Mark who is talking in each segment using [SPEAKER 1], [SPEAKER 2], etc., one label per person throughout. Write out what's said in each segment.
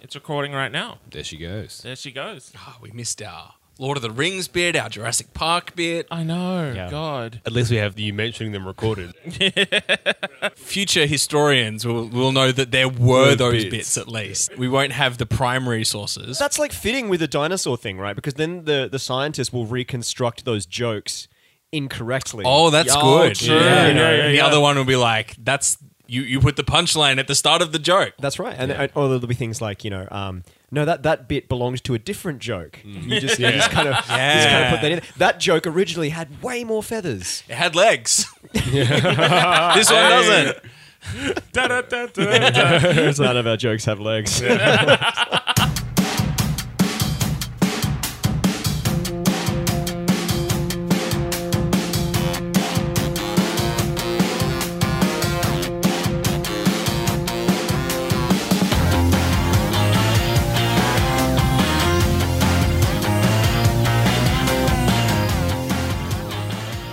[SPEAKER 1] It's recording right now.
[SPEAKER 2] There she goes.
[SPEAKER 1] There she goes.
[SPEAKER 3] Oh, we missed our Lord of the Rings bit, our Jurassic Park bit.
[SPEAKER 1] I know.
[SPEAKER 4] Yeah.
[SPEAKER 1] God.
[SPEAKER 2] At least we have you mentioning them recorded.
[SPEAKER 3] Future historians will, will know that there were
[SPEAKER 2] Were
[SPEAKER 3] those
[SPEAKER 2] bits.
[SPEAKER 3] bits at least. We won't have the primary sources.
[SPEAKER 5] That's like fitting with the dinosaur thing, right? Because then the, the scientists will reconstruct those jokes incorrectly.
[SPEAKER 3] Oh, that's
[SPEAKER 1] Oh,
[SPEAKER 3] good.
[SPEAKER 1] true.
[SPEAKER 2] Yeah,
[SPEAKER 3] You know,
[SPEAKER 1] yeah, yeah,
[SPEAKER 3] the
[SPEAKER 1] yeah.
[SPEAKER 3] other one will be like, that's you, you put the punchline at the start of the joke.
[SPEAKER 5] That's right. And, and- or there'll be things like, you know, um, no, that, that bit belongs to a different joke.
[SPEAKER 3] Mm.
[SPEAKER 5] You just, you just kind of just kind of put that in. That joke originally had way more feathers.
[SPEAKER 3] It had legs. this one doesn't.
[SPEAKER 1] Da, da, da, da, da.
[SPEAKER 5] None of our jokes have legs.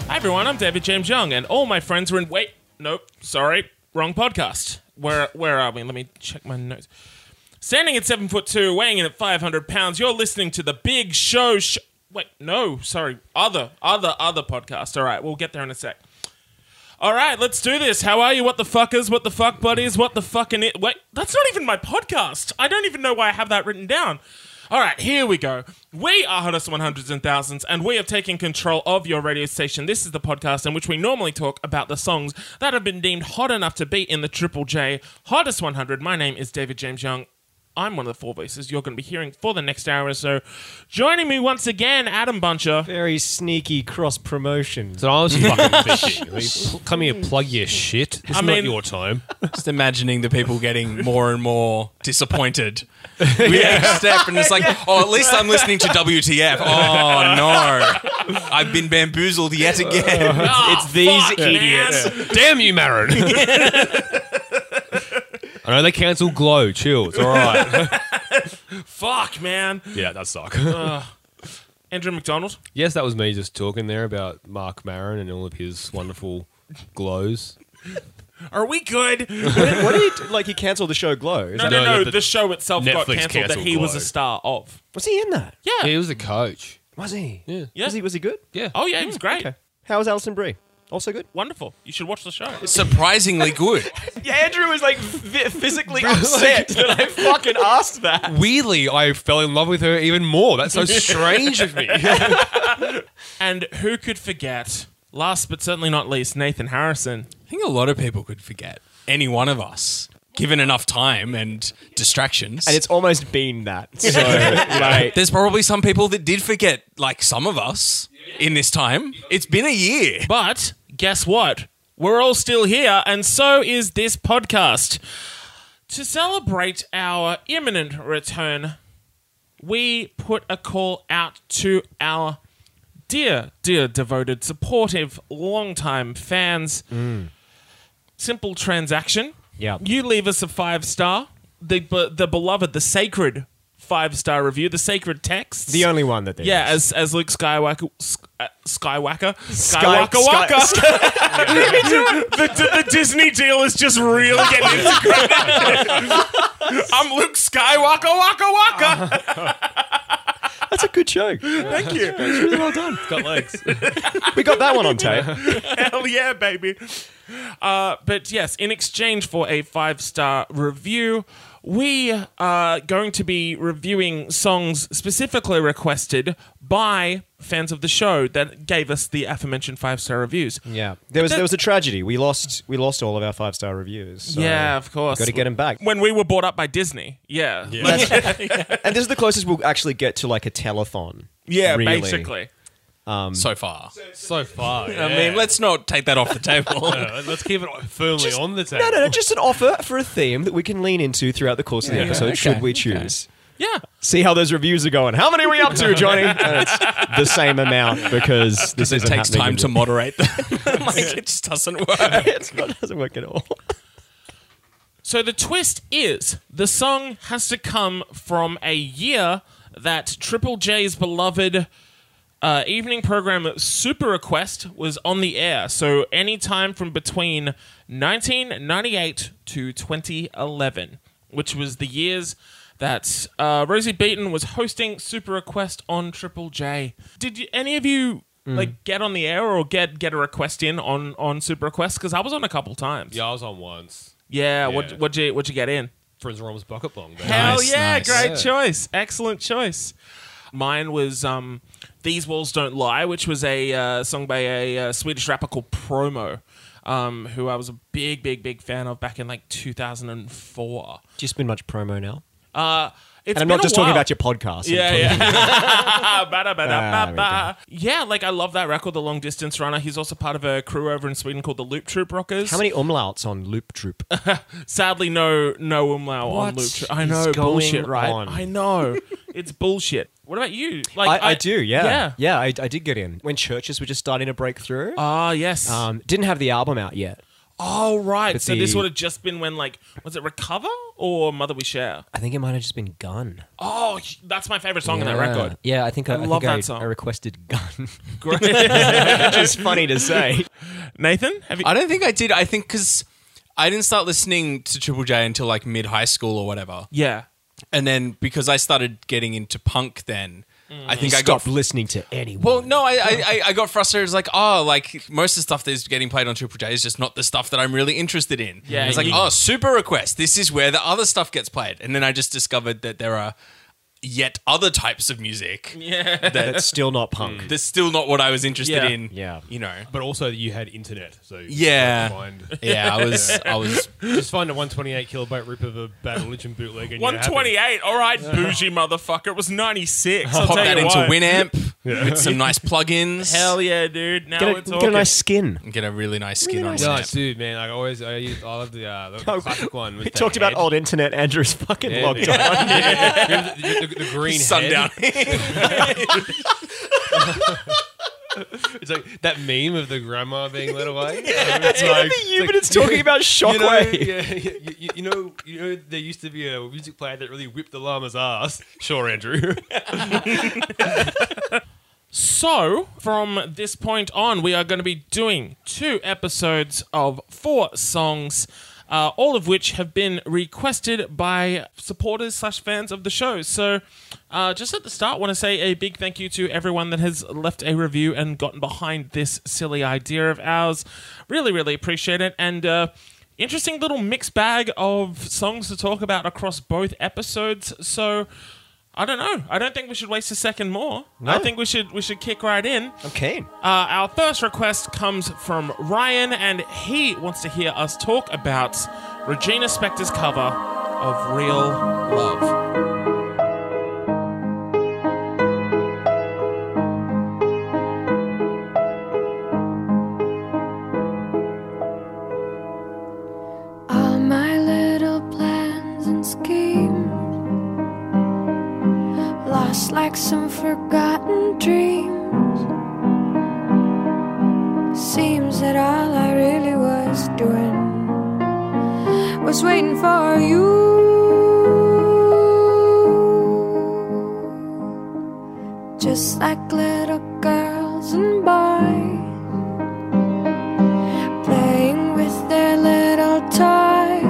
[SPEAKER 1] Hi everyone, I'm David James Young, and all my friends were in. Wait, nope, sorry, wrong podcast. Where where are we? Let me check my notes. Standing at seven foot two, weighing in at five hundred pounds, you're listening to the Big Show. Sh- Wait, no, sorry, other other other podcast. All right, we'll get there in a sec. All right, let's do this. How are you? What the fuckers? What the fuck buddies? What the fucking it? Wait, that's not even my podcast. I don't even know why I have that written down. All right, here we go. We are Hottest 100s and Thousands, and we have taken control of your radio station. This is the podcast in which we normally talk about the songs that have been deemed hot enough to be in the Triple J Hottest 100. My name is David James Young. I'm one of the four voices you're going to be hearing for the next hour or so. Joining me once again, Adam Buncher.
[SPEAKER 5] Very sneaky cross promotion.
[SPEAKER 2] So I was fucking fishing. Like, pl- come here, plug your shit. It's
[SPEAKER 1] I
[SPEAKER 2] not
[SPEAKER 1] mean-
[SPEAKER 2] your time.
[SPEAKER 3] Just imagining the people getting more and more disappointed with each step, and it's like, oh, at least I'm listening to WTF. Oh no, I've been bamboozled yet again.
[SPEAKER 1] it's these idiots.
[SPEAKER 2] Damn you, Marin. I know they cancelled Glow. Chill. It's all right.
[SPEAKER 1] Fuck, man.
[SPEAKER 2] yeah, that suck.
[SPEAKER 1] Andrew McDonald.
[SPEAKER 2] yes, that was me just talking there about Mark Marin and all of his wonderful glows.
[SPEAKER 1] Are we good? No,
[SPEAKER 5] what, what did he do? Like, he cancelled the show Glow. Is
[SPEAKER 1] no,
[SPEAKER 5] that-
[SPEAKER 1] no.
[SPEAKER 2] No, no,
[SPEAKER 1] the,
[SPEAKER 2] the-
[SPEAKER 1] show itself got
[SPEAKER 2] Netflix
[SPEAKER 1] cancelled, that
[SPEAKER 2] cancelled
[SPEAKER 1] he was
[SPEAKER 2] Glow.
[SPEAKER 1] a star of.
[SPEAKER 5] Was he in that?
[SPEAKER 1] Yeah.
[SPEAKER 2] He was the coach.
[SPEAKER 5] Was he?
[SPEAKER 2] Yeah.
[SPEAKER 1] Yeah.
[SPEAKER 5] Was he, was he good?
[SPEAKER 2] Yeah.
[SPEAKER 1] Oh, yeah, he was great.
[SPEAKER 5] Okay. How was Alison Brie? Also good?
[SPEAKER 1] Wonderful. You should watch the show.
[SPEAKER 3] Surprisingly good.
[SPEAKER 5] Yeah, Andrew was like physically upset that I fucking asked that.
[SPEAKER 2] Weirdly, I fell in love with her even more. That's so strange of me.
[SPEAKER 1] And who could forget, last but certainly not least, Nathan Harrison.
[SPEAKER 3] I think a lot of people could forget any one of us, given enough time and distractions.
[SPEAKER 5] And it's almost been that. So, like,
[SPEAKER 3] there's probably some people that did forget, like some of us, in this time. It's been a year.
[SPEAKER 1] But guess what? We're all still here, and so is this podcast. To celebrate our imminent return, we put a call out to our dear, dear, devoted, supportive, long-time fans. Simple transaction.
[SPEAKER 5] Mm. Yeah.
[SPEAKER 1] You leave us a five star, the be- the beloved, the sacred five star review, the sacred text.
[SPEAKER 5] the only one that they
[SPEAKER 1] Yeah, as as Luke Skywalker, Sk- uh, Skywalker,
[SPEAKER 5] Sky-
[SPEAKER 1] uh, Skywalker, Waka. the, the, the Disney deal is just really getting integrated. I'm Luke Skywalker, Waka Waka.
[SPEAKER 5] That's a good joke.
[SPEAKER 1] Thank you.
[SPEAKER 5] It's really well done.
[SPEAKER 2] Got legs.
[SPEAKER 5] We got that one on tape.
[SPEAKER 1] Hell yeah, baby. Uh, but yes, in exchange for a five star review, we are going to be reviewing songs specifically requested by fans of the show that gave us the aforementioned five star reviews.
[SPEAKER 5] Yeah. There was there was a tragedy. We lost we lost all of our five star reviews. so
[SPEAKER 1] yeah, of course.
[SPEAKER 5] Got to get them back.
[SPEAKER 1] When we were bought up by Disney. Yeah. Yeah,
[SPEAKER 5] And this is the closest we'll actually get to like a telethon. really.
[SPEAKER 1] basically.
[SPEAKER 3] so far.
[SPEAKER 2] So far.
[SPEAKER 3] I mean, let's not take that off the table.
[SPEAKER 2] let's keep it firmly on the table.
[SPEAKER 5] No, no, no. Just an offer for a theme that we can lean into throughout the course of the episode, should we choose.
[SPEAKER 1] Yeah.
[SPEAKER 5] See how those reviews are going. How many are we up to, Johnny? And it's the same amount because this
[SPEAKER 3] it
[SPEAKER 5] isn't
[SPEAKER 3] takes
[SPEAKER 5] happening
[SPEAKER 3] time
[SPEAKER 5] in
[SPEAKER 3] to
[SPEAKER 5] the-
[SPEAKER 3] moderate them. like, it just doesn't work.
[SPEAKER 5] it's not, it doesn't work at all.
[SPEAKER 1] So the twist is the song has to come from a year that Triple J's beloved uh, evening program Super Request was on the air. So any time from between 1998 to 2011. which was the years that uh, Rosie Beaton was hosting Super Request on Triple J. Did you, any of you like get on the air or get get a request in on on Super Request? Because I was on a couple times.
[SPEAKER 2] Yeah, I was on once.
[SPEAKER 1] Yeah.
[SPEAKER 2] Yeah.
[SPEAKER 1] What what you what you get in?
[SPEAKER 2] Friends Rom's bucket bong. baby.
[SPEAKER 1] Hell
[SPEAKER 3] Nice,
[SPEAKER 1] yeah!
[SPEAKER 3] nice.
[SPEAKER 1] Great
[SPEAKER 2] Yeah.
[SPEAKER 1] choice. Excellent choice. Mine was um, "These Walls Don't Lie," which was a uh, song by a uh, Swedish rapper called Promo, um, who I was a big, big, big fan of back in like 2004.
[SPEAKER 5] Do you spend much promo now?
[SPEAKER 1] Uh, it's
[SPEAKER 5] And I'm
[SPEAKER 1] been
[SPEAKER 5] not
[SPEAKER 1] a
[SPEAKER 5] just
[SPEAKER 1] while.
[SPEAKER 5] talking about your podcast. I'm
[SPEAKER 1] Yeah,
[SPEAKER 5] talking-
[SPEAKER 1] yeah.
[SPEAKER 5] Ah, there we
[SPEAKER 1] Ba-da-ba-da-ba-ba.
[SPEAKER 5] go.
[SPEAKER 1] yeah, like I love that record, The Long Distance Runner. He's also part of a crew over in Sweden called the Loop Troop Rockers.
[SPEAKER 5] How many umlauts on Loop Troop?
[SPEAKER 1] Sadly, no, no umlaut on
[SPEAKER 5] What
[SPEAKER 1] Loop Troop. I
[SPEAKER 5] is
[SPEAKER 1] know,
[SPEAKER 5] going
[SPEAKER 1] bullshit, right?
[SPEAKER 5] on?
[SPEAKER 1] I know, it's bullshit. What about you?
[SPEAKER 5] I, I, do, yeah.
[SPEAKER 1] yeah.
[SPEAKER 5] I, I did get in. When churches were just starting to break through,
[SPEAKER 1] Ah, yes.
[SPEAKER 5] um, didn't have the album out yet.
[SPEAKER 1] oh, right.
[SPEAKER 5] but
[SPEAKER 1] So this
[SPEAKER 5] the-
[SPEAKER 1] would have just been when, like, was it Recover or Mother We Share?
[SPEAKER 5] I think it might have just been Gun.
[SPEAKER 1] Oh, sh- that's my favorite song on that record.
[SPEAKER 5] Yeah, I think I, I
[SPEAKER 1] love
[SPEAKER 5] think I-
[SPEAKER 1] that song.
[SPEAKER 5] I requested Gun.
[SPEAKER 1] Great.
[SPEAKER 5] Which is funny to say.
[SPEAKER 1] Nathan, have you?
[SPEAKER 3] I don't think I did. I think because I didn't start listening to Triple J until like mid high school or whatever.
[SPEAKER 1] yeah.
[SPEAKER 3] And then because I started getting into punk then, I think I got.
[SPEAKER 5] Stop listening to anyone.
[SPEAKER 3] Well, no, I, I, I- I got frustrated. It's like, oh, like most of the stuff that is getting played on Triple J is just not the stuff that I'm really interested in.
[SPEAKER 1] Yeah,
[SPEAKER 3] It's like,
[SPEAKER 1] you-
[SPEAKER 3] oh, Super Request. This is where the other stuff gets played. And then I just discovered that there are yet other types of music
[SPEAKER 1] Yeah.
[SPEAKER 5] that's still not punk.
[SPEAKER 3] that's still not what I was interested
[SPEAKER 1] Yeah.
[SPEAKER 3] in.
[SPEAKER 5] Yeah.
[SPEAKER 3] You know.
[SPEAKER 2] But also, you had internet, so you
[SPEAKER 3] Yeah.
[SPEAKER 2] could Find,
[SPEAKER 3] Yeah, I was I was
[SPEAKER 2] just find a 128 kilobyte rip of a Bad Religion bootleg. And you're happy.
[SPEAKER 1] 128. All right, bougie motherfucker. It was 96. I'll
[SPEAKER 3] pop
[SPEAKER 1] tell
[SPEAKER 3] that
[SPEAKER 1] you
[SPEAKER 3] into
[SPEAKER 1] what.
[SPEAKER 3] Winamp with some nice plugins.
[SPEAKER 1] Hell yeah, dude. Now
[SPEAKER 5] Get,
[SPEAKER 1] we're
[SPEAKER 5] a,
[SPEAKER 1] talking.
[SPEAKER 5] get a nice skin.
[SPEAKER 3] Get a really nice skin
[SPEAKER 5] Really nice.
[SPEAKER 3] on
[SPEAKER 2] No,
[SPEAKER 3] Winamp.
[SPEAKER 2] dude, man, I always I, used, I love the, uh, the classic one. with
[SPEAKER 5] We
[SPEAKER 2] the
[SPEAKER 5] talked about
[SPEAKER 2] head.
[SPEAKER 5] old internet. Andrew's fucking
[SPEAKER 2] Yeah,
[SPEAKER 5] logged
[SPEAKER 2] dude.
[SPEAKER 5] on.
[SPEAKER 2] Yeah. the, the- the green
[SPEAKER 3] Sundown.
[SPEAKER 2] Head. It's like that meme of the grandma being led away. yeah, it's like,
[SPEAKER 5] you, but it's talking about
[SPEAKER 2] you know,
[SPEAKER 5] Shockwave.
[SPEAKER 2] yeah, you, you- you know, you know, there used to be a music player that really whipped the llama's ass. Sure, Andrew.
[SPEAKER 1] So, from this point on, we are going to be doing two episodes of four songs, uh, all of which have been requested by supporters slash fans of the show. So, uh, just at the start, want to say a big thank you to everyone that has left a review and gotten behind this silly idea of ours. Really, really appreciate it. And uh, interesting little mixed bag of songs to talk about across both episodes. So. I don't know. I don't think we should waste a second more. I think we should we should kick right in.
[SPEAKER 5] I'm keen.
[SPEAKER 1] Uh, our first request comes from Ryan, and he wants to hear us talk about Regina Spektor's cover of Real Love.
[SPEAKER 4] All my little plans and schemes lost like some forgotten dreams. Seems that all I really was doing was waiting for you. Just like little girls and boys playing with their little toys.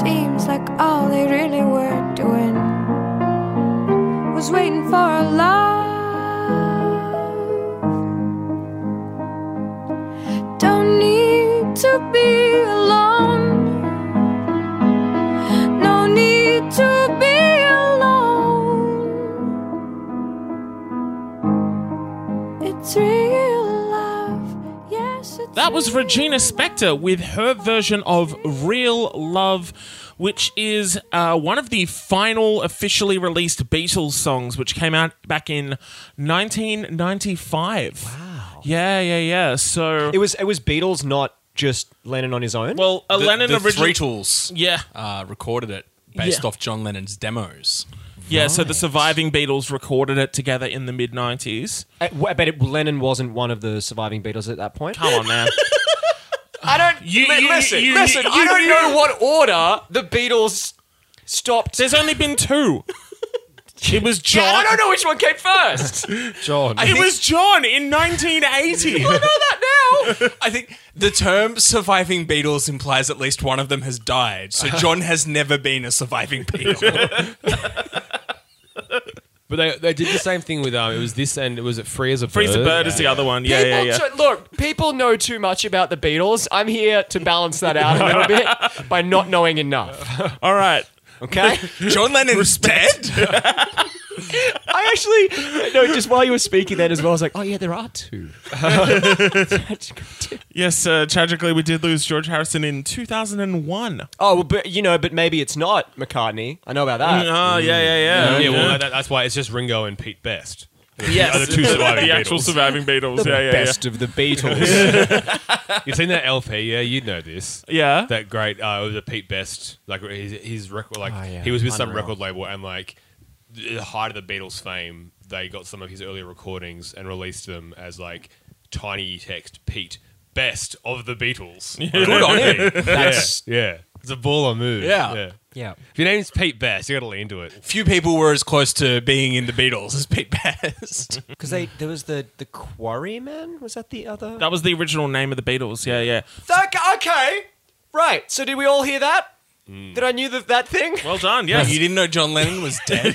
[SPEAKER 4] Seems like all they really were doing was waiting for a love. Don't need to be alone. No need to be alone. It's real love. Yes, it's
[SPEAKER 1] That was
[SPEAKER 4] real
[SPEAKER 1] Regina Spektor with her version of Real Love, which is uh, one of the final officially released Beatles songs, which came out back in 1995. Wow. Yeah, yeah, yeah. So.
[SPEAKER 5] It was it was Beatles, not just Lennon on his own.
[SPEAKER 1] well, a
[SPEAKER 3] the,
[SPEAKER 1] Lennon
[SPEAKER 3] the
[SPEAKER 1] original.
[SPEAKER 3] Three Tools
[SPEAKER 1] Yeah,
[SPEAKER 3] uh, recorded it based
[SPEAKER 1] Yeah.
[SPEAKER 3] off John Lennon's demos.
[SPEAKER 1] yeah. So the surviving Beatles recorded it together in the mid '90s.
[SPEAKER 5] I, I bet it, Lennon wasn't one of the surviving Beatles at that point.
[SPEAKER 1] Come on, man.
[SPEAKER 5] I don't
[SPEAKER 1] You- li- you- listen, you- listen, you- I
[SPEAKER 5] I
[SPEAKER 1] don't
[SPEAKER 5] don't
[SPEAKER 1] you-
[SPEAKER 5] know what order the Beatles stopped.
[SPEAKER 1] There's only been two. It was John.
[SPEAKER 6] I don't know which one came first. I know
[SPEAKER 2] John.
[SPEAKER 1] It was John in
[SPEAKER 6] that
[SPEAKER 1] 1980.
[SPEAKER 6] now.
[SPEAKER 3] I think the term surviving Beatles implies at least one of them has died. So John has never been a surviving Beatle.
[SPEAKER 2] but they, they did the same thing with um. It was this and it was it free as a
[SPEAKER 1] Freeze the
[SPEAKER 2] bird.
[SPEAKER 1] bird is the other one. Yeah, yeah,
[SPEAKER 6] People-
[SPEAKER 1] yeah.
[SPEAKER 6] so- look, people know too much about the Beatles. I'm here to balance that out a little bit by not knowing enough.
[SPEAKER 1] All right.
[SPEAKER 6] Okay.
[SPEAKER 3] John Lennon's dead?
[SPEAKER 5] I actually no. Just while you were speaking then as well, I was like, oh yeah, there are two.
[SPEAKER 1] Yes, uh, tragically, we did lose George Harrison in 2001.
[SPEAKER 5] Oh, well, but you know, but maybe it's not McCartney. I know about that.
[SPEAKER 1] Oh, yeah, yeah, yeah.
[SPEAKER 2] Yeah, well, that, that's why it's just Ringo and Pete Best.
[SPEAKER 1] yes.
[SPEAKER 2] the other two surviving
[SPEAKER 1] The actual
[SPEAKER 2] Beatles.
[SPEAKER 1] surviving Beatles. yeah, yeah,
[SPEAKER 5] Best of the Beatles.
[SPEAKER 2] You've seen that LP, yeah? You'd know this.
[SPEAKER 1] yeah. Yeah.
[SPEAKER 2] That great, uh, it was a Pete Best, like his, his record, like
[SPEAKER 5] Oh, yeah.
[SPEAKER 2] he was with some
[SPEAKER 5] Unreal.
[SPEAKER 2] record label and like the height of the Beatles fame, they got some of his earlier recordings and released them as like tiny text Pete Best of the Beatles. Good on him.
[SPEAKER 5] That's-
[SPEAKER 2] yeah, yeah. It's a baller move.
[SPEAKER 3] Yeah.
[SPEAKER 5] yeah.
[SPEAKER 2] If your name's Pete Best, you got to lean to it.
[SPEAKER 3] Few people were as close to being in the Beatles as Pete Best.
[SPEAKER 5] Because they there was the the Quarryman. Was that the other?
[SPEAKER 1] That was the original name of the Beatles. Yeah, yeah.
[SPEAKER 5] Okay, okay. Right. So did we all hear that? That I knew that that thing.
[SPEAKER 1] Well done. Yes.
[SPEAKER 3] You didn't know John Lennon was dead?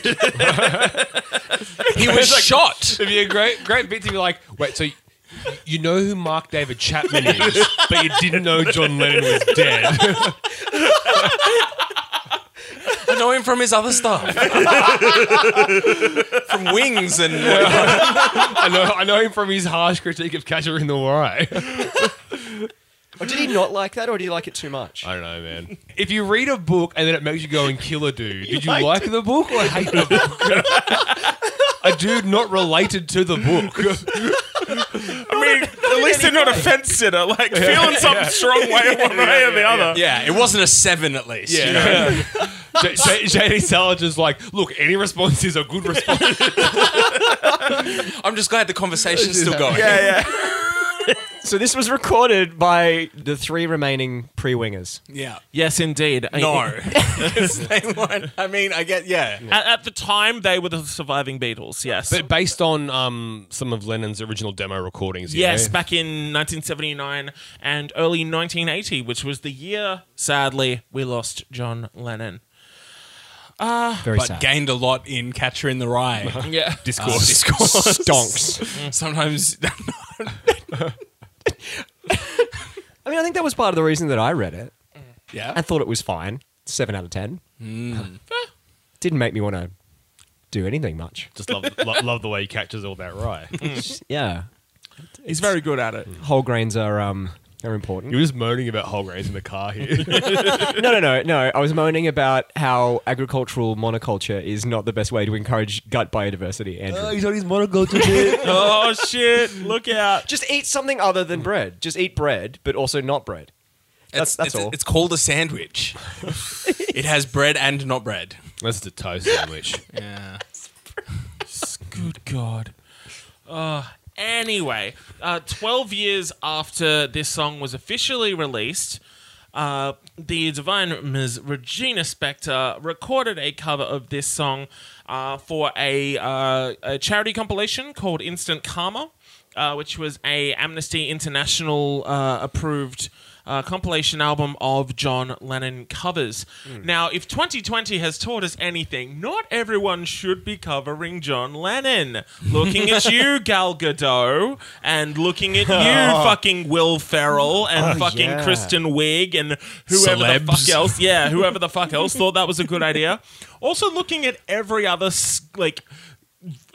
[SPEAKER 3] he was shot.
[SPEAKER 2] It'd be a great, great bit to be like, wait, so you, you know who Mark David Chapman is, but you didn't know John Lennon was dead.
[SPEAKER 3] I know him from his other stuff. from Wings and
[SPEAKER 2] I know, I know him from his harsh critique of Catcher in the Rye.
[SPEAKER 5] Or did he not like that, or did he like it too much?
[SPEAKER 2] I don't know, man. If you read a book and then it makes you go and kill a dude, did you like the book or hate the book? a dude not related to the book.
[SPEAKER 1] I mean, at least they're not a fence sitter. Like, feeling some strong way one way or the other.
[SPEAKER 3] Yeah, it wasn't a seven at least. you know?
[SPEAKER 2] Yeah. J- J- JD Saliger's like, look, any response is a good response.
[SPEAKER 3] I'm just glad the conversation's still going.
[SPEAKER 5] So this was recorded by the three remaining pre-wingers.
[SPEAKER 3] Yeah.
[SPEAKER 1] Yes, indeed.
[SPEAKER 3] No. 'Cause they weren't- I mean, I get, yeah.
[SPEAKER 1] At, at the time, they were the surviving Beatles. Yes.
[SPEAKER 2] But based on um, some of Lennon's original demo recordings, yeah.
[SPEAKER 1] Yes, back in 1979 and early 1980, which was the year, sadly, we lost John Lennon.
[SPEAKER 5] Very
[SPEAKER 3] But gained a lot in Catcher in the Rye.
[SPEAKER 1] Yeah.
[SPEAKER 3] Discourse. Discourse.
[SPEAKER 5] Stonks.
[SPEAKER 3] Sometimes.
[SPEAKER 5] I mean, I think that was part of the reason that I read it. I
[SPEAKER 3] yeah.
[SPEAKER 5] thought it was fine. Seven out of ten. Didn't make me want to do anything much.
[SPEAKER 2] Just love, lo- love the way he catches all that rye.
[SPEAKER 5] Yeah.
[SPEAKER 1] He's very good at it.
[SPEAKER 5] Whole grains are um are important.
[SPEAKER 2] You're just moaning about whole grains in the car here.
[SPEAKER 5] No, no, no, no. I was moaning about how agricultural monoculture is not the best way to encourage gut biodiversity, Andrew.
[SPEAKER 2] on his monoculture
[SPEAKER 1] oh, shit. Look out.
[SPEAKER 5] Uh, just eat something other than bread. Just eat bread, but also not bread. That's, that's
[SPEAKER 3] it's,
[SPEAKER 5] all.
[SPEAKER 3] It's called a sandwich. it has bread and not bread.
[SPEAKER 2] That's the toast sandwich.
[SPEAKER 3] Yeah.
[SPEAKER 1] Good God. Uh, anyway, uh, 12 years after this song was officially released, uh, the divine Ms. Regina Spektor recorded a cover of this song uh, for a, uh, a charity compilation called Instant Karma, uh, which was a Amnesty International uh, approved uh, compilation album of John Lennon covers. Now, if 2020 has taught us anything, not everyone should be covering John Lennon. Looking at you, Gal Gadot, and looking at you, fucking Will Ferrell, and
[SPEAKER 5] Oh,
[SPEAKER 1] fucking
[SPEAKER 5] yeah.
[SPEAKER 1] Kristen Wiig, and whoever the
[SPEAKER 3] Celebs.
[SPEAKER 1] fuck else. Yeah, whoever the fuck else thought that was a good idea. Also, looking at every other s- like.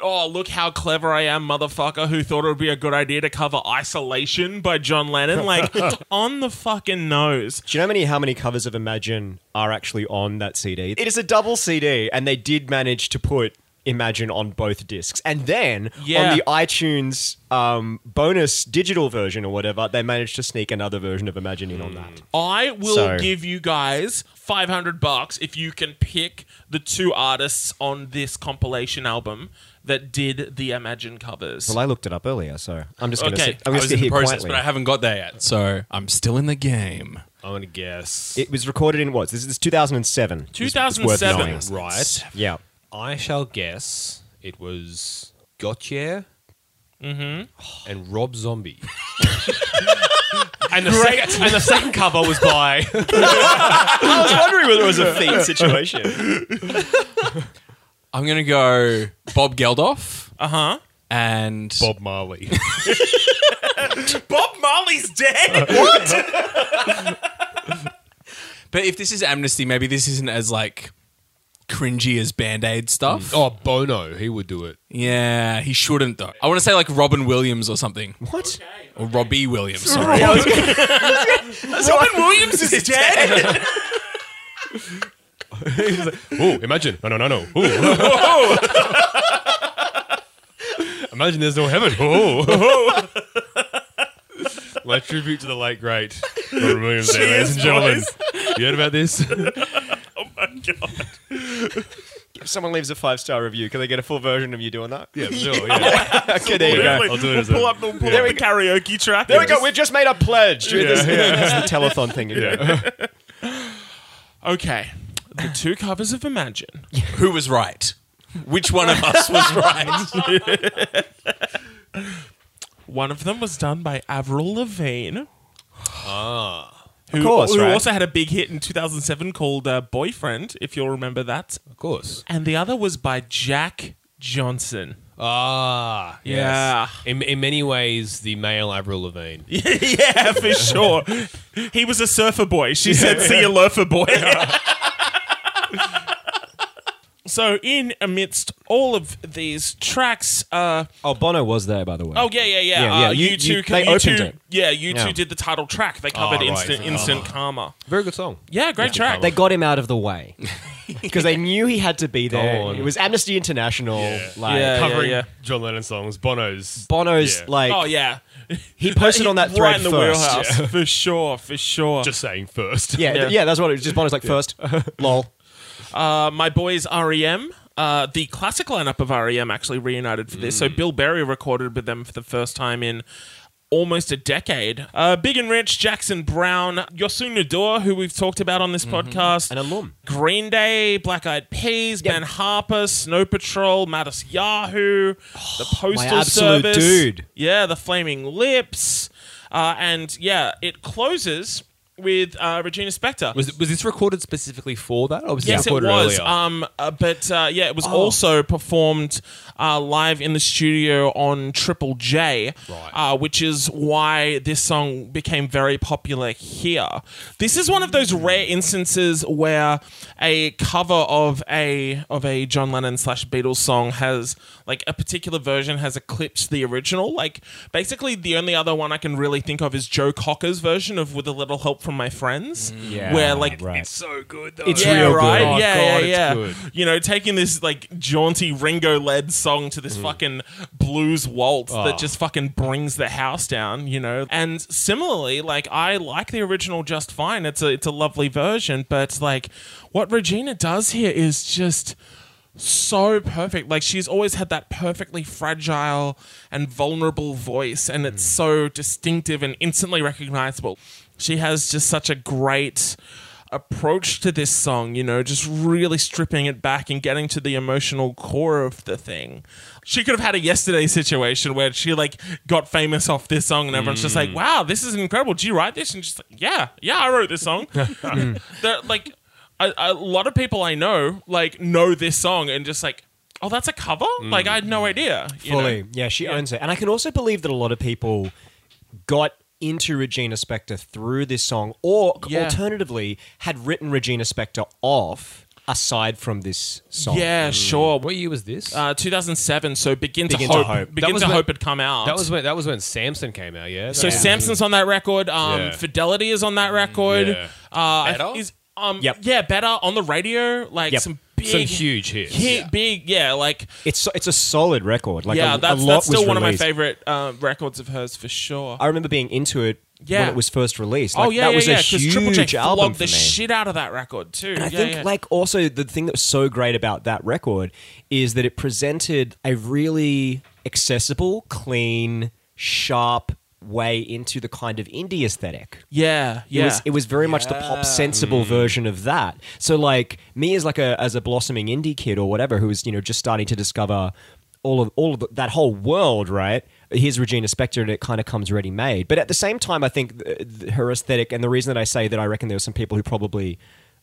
[SPEAKER 1] Oh, look how clever I am, motherfucker, who thought it would be a good idea to cover Isolation by John Lennon. Like, on the fucking nose.
[SPEAKER 5] Do you know how many, how many covers of Imagine are actually on that CD? It is a double CD, and they did manage to put Imagine on both discs. And then
[SPEAKER 1] Yeah.
[SPEAKER 5] on the iTunes um, bonus digital version or whatever, they managed to sneak another version of Imagine in on that.
[SPEAKER 1] I will
[SPEAKER 5] So-
[SPEAKER 1] give you guys 500 bucks if you can pick the two artists on this compilation album that did the Imagine covers.
[SPEAKER 5] Well, I looked it up earlier, so I'm just going to
[SPEAKER 1] Okay,
[SPEAKER 5] sit.
[SPEAKER 3] I
[SPEAKER 5] I'm going
[SPEAKER 3] was
[SPEAKER 5] to sit
[SPEAKER 3] in the
[SPEAKER 5] here
[SPEAKER 3] process,
[SPEAKER 5] quietly.
[SPEAKER 3] but I haven't got there yet. So I'm still in the game.
[SPEAKER 2] I'm gonna guess.
[SPEAKER 5] It was recorded in what? This is 2007. It's- it's worth
[SPEAKER 1] 2007.
[SPEAKER 5] knowing.
[SPEAKER 2] right.
[SPEAKER 5] Yeah.
[SPEAKER 2] I shall guess it was Gautier and Rob Zombie. and, the second, and the second cover was by.
[SPEAKER 7] I was wondering whether it was a theme situation.
[SPEAKER 3] I'm going to go Bob Geldof
[SPEAKER 1] Uh huh.
[SPEAKER 3] and
[SPEAKER 2] Bob Marley.
[SPEAKER 1] Bob Marley's dead.
[SPEAKER 3] But if this is Amnesty, maybe this isn't as like cringy as Band Aid stuff.
[SPEAKER 2] oh, Bono. He would do it.
[SPEAKER 3] Yeah, he shouldn't though. I want to say like Robin Williams or something,
[SPEAKER 5] What?
[SPEAKER 3] or Robbie Williams. Sorry,
[SPEAKER 1] Robin Williams is dead.
[SPEAKER 2] Ooh, imagine. No, no, no, no. Ooh. imagine there's no heaven. Ooh. My tribute to the late great Robin Williams, there, ladies and gentlemen. You heard about this?
[SPEAKER 5] If someone leaves a five star review, can they get a full version of you doing that?
[SPEAKER 2] Yeah, sure. Yeah.
[SPEAKER 5] okay, there you go.
[SPEAKER 2] I'll do it
[SPEAKER 1] We'll
[SPEAKER 2] as a-
[SPEAKER 1] pull up, we'll pull up the karaoke track.
[SPEAKER 5] There we go. We've just made a pledge. Dude,
[SPEAKER 2] Yeah,
[SPEAKER 5] this, this is the telethon thing again.
[SPEAKER 1] Okay. The two covers of Imagine.
[SPEAKER 3] who was right? Which one of us was right?
[SPEAKER 1] One of them was done by Avril Lavigne. Ah. Who,
[SPEAKER 5] course,
[SPEAKER 1] who
[SPEAKER 5] right.
[SPEAKER 1] also had a big hit in 2007 called uh, Boyfriend, if you'll remember that.
[SPEAKER 2] Of course.
[SPEAKER 1] And the other was by Jack Johnson.
[SPEAKER 2] Ah, yes.
[SPEAKER 1] Yeah.
[SPEAKER 2] In, in many ways, the male Avril Lavigne.
[SPEAKER 1] yeah, for sure. He was a surfer boy. She said, "See you, loafer boy." so, in amidst all of these tracks, uh,
[SPEAKER 5] Oh, Bono was there, by the way.
[SPEAKER 1] oh yeah, yeah, yeah,
[SPEAKER 5] Yeah, yeah,
[SPEAKER 1] Uh,
[SPEAKER 5] you-
[SPEAKER 1] you,
[SPEAKER 5] you-
[SPEAKER 1] two,
[SPEAKER 5] they
[SPEAKER 1] you two-
[SPEAKER 5] opened it.
[SPEAKER 1] yeah, you two
[SPEAKER 5] Yeah.
[SPEAKER 1] did the title track. They covered
[SPEAKER 2] Oh, right. Uh-huh.
[SPEAKER 1] instant, instant karma.
[SPEAKER 2] Very good song.
[SPEAKER 1] Yeah, great track.
[SPEAKER 5] They got him out of the way because they knew he had to be there.
[SPEAKER 2] Gone.
[SPEAKER 5] It was Amnesty International.
[SPEAKER 1] Yeah,
[SPEAKER 5] Like
[SPEAKER 1] yeah,
[SPEAKER 2] Covering
[SPEAKER 1] yeah.
[SPEAKER 2] John Lennon songs, Bono's.
[SPEAKER 5] Bono's
[SPEAKER 2] Yeah.
[SPEAKER 5] like
[SPEAKER 1] oh yeah,
[SPEAKER 5] he posted on that
[SPEAKER 1] right
[SPEAKER 5] thread
[SPEAKER 1] in the
[SPEAKER 5] first.
[SPEAKER 1] wheelhouse for sure, for sure.
[SPEAKER 2] just saying first.
[SPEAKER 5] Yeah, yeah,
[SPEAKER 1] Yeah.
[SPEAKER 5] yeah, that's what it was. Just Bono's like first, lol.
[SPEAKER 1] Uh, my boys REM. Uh, the classic lineup of REM actually reunited for this.
[SPEAKER 2] Mm.
[SPEAKER 1] So Bill Berry recorded with them for the first time in almost a decade. Uh, Big and Rich, Jackson Brown, Yosun Nador, who we've talked about on this podcast,
[SPEAKER 5] An alum.
[SPEAKER 1] Green Day, Black Eyed Peas, Ben Harper, Snow Patrol, Mattis Yahoo, the Postal
[SPEAKER 5] Oh, absolute
[SPEAKER 1] Service,
[SPEAKER 5] dude.
[SPEAKER 1] yeah, the Flaming Lips, uh, and yeah, it closes with uh, Regina Spektor.
[SPEAKER 2] Was, was this recorded specifically for that? Or was Ah,
[SPEAKER 1] Yes,
[SPEAKER 2] this
[SPEAKER 1] it
[SPEAKER 2] recorded
[SPEAKER 1] was.
[SPEAKER 2] earlier?
[SPEAKER 1] Um, uh, but uh, yeah, it was also performed uh, live in the studio on Triple J,
[SPEAKER 2] Right.
[SPEAKER 1] uh, which is why this song became very popular here. This is one of those rare instances where a cover of a of a John Lennon slash Beatles song has like a particular version has eclipsed the original. Like basically, the only other one I can really think of is Joe Cocker's version of "With a Little Help from My Friends," where like
[SPEAKER 5] right.
[SPEAKER 1] it's
[SPEAKER 2] so good, though.
[SPEAKER 5] It's
[SPEAKER 1] yeah,
[SPEAKER 5] real
[SPEAKER 1] right?
[SPEAKER 5] good.
[SPEAKER 2] Oh,
[SPEAKER 1] yeah,
[SPEAKER 2] God,
[SPEAKER 1] yeah,
[SPEAKER 2] it's
[SPEAKER 1] yeah.
[SPEAKER 2] good.
[SPEAKER 1] You know, taking this like jaunty Ringo-led song to this
[SPEAKER 2] Mm.
[SPEAKER 1] fucking blues waltz
[SPEAKER 2] Ah.
[SPEAKER 1] that just fucking brings the house down. You know, and similarly, like I like the original just fine. It's a it's a lovely version, but like what Regina does here is just so perfect. Like she's always had that perfectly fragile and vulnerable voice, and it's so distinctive and instantly recognizable. She has just such a great approach to this song, you know, just really stripping it back and getting to the emotional core of the thing. She could have had a yesterday situation where she like got famous off this song and everyone's just like, wow, this is incredible. Did you write this? And she's like, yeah, yeah, I wrote this song. They're, like a, a lot of people I know like know this song and just like, oh, that's a cover. Like I had no idea. you know?
[SPEAKER 5] Mm. Fully. Yeah, she owns it. And I can also believe that a lot of people got into Regina Spektor through this song, or
[SPEAKER 1] Yeah.
[SPEAKER 5] alternatively, had written Regina Spektor off aside from this song.
[SPEAKER 1] Yeah, sure.
[SPEAKER 2] What year was this?
[SPEAKER 1] Uh, 2007. So begin,
[SPEAKER 5] Mm. Begin
[SPEAKER 1] to
[SPEAKER 5] to
[SPEAKER 1] hope.
[SPEAKER 5] Hope.
[SPEAKER 1] Begin
[SPEAKER 2] was
[SPEAKER 1] to
[SPEAKER 2] when-
[SPEAKER 1] hope had come out.
[SPEAKER 2] that was when that was when Samson came out. Yeah.
[SPEAKER 1] So
[SPEAKER 2] That-
[SPEAKER 1] Samson's on that record. Um,
[SPEAKER 2] Yeah.
[SPEAKER 1] Fidelity is on that record.
[SPEAKER 2] yeah.
[SPEAKER 1] Uh, I-
[SPEAKER 3] Better?
[SPEAKER 1] Is, um,
[SPEAKER 5] Mm, Yep.
[SPEAKER 1] Yeah, better on the radio. Like
[SPEAKER 5] Yep.
[SPEAKER 1] some big,
[SPEAKER 2] some huge hits.
[SPEAKER 1] hit, big, yeah, like
[SPEAKER 5] It's so- it's a solid record. Like
[SPEAKER 1] yeah.
[SPEAKER 5] a,
[SPEAKER 1] that's
[SPEAKER 5] a lot
[SPEAKER 1] that's still
[SPEAKER 5] was
[SPEAKER 1] one of my
[SPEAKER 5] released.
[SPEAKER 1] favorite uh, records of hers for sure.
[SPEAKER 5] I remember being into it
[SPEAKER 1] Yeah.
[SPEAKER 5] when it was first released. Like,
[SPEAKER 1] oh yeah,
[SPEAKER 5] that
[SPEAKER 1] yeah,
[SPEAKER 5] was
[SPEAKER 1] yeah.
[SPEAKER 5] a
[SPEAKER 1] 'cause
[SPEAKER 5] huge
[SPEAKER 1] Triple J
[SPEAKER 5] album
[SPEAKER 1] flogged
[SPEAKER 5] for
[SPEAKER 1] the
[SPEAKER 5] me.
[SPEAKER 1] shit out of that record too.
[SPEAKER 5] And I
[SPEAKER 1] yeah,
[SPEAKER 5] think
[SPEAKER 1] yeah.
[SPEAKER 5] like also the thing that was so great about that record is that it presented a really accessible, clean, sharp way into the kind of indie aesthetic.
[SPEAKER 1] Yeah,
[SPEAKER 5] It was, it was very much the pop sensible version of that. So like me as like a as a blossoming indie kid or whatever who was you know just starting to discover all of all of the, that whole world, right? Here's Regina Spektor, and it kind of comes ready made. But at the same time, I think th- th- her aesthetic and the reason that I say that I reckon there were some people who probably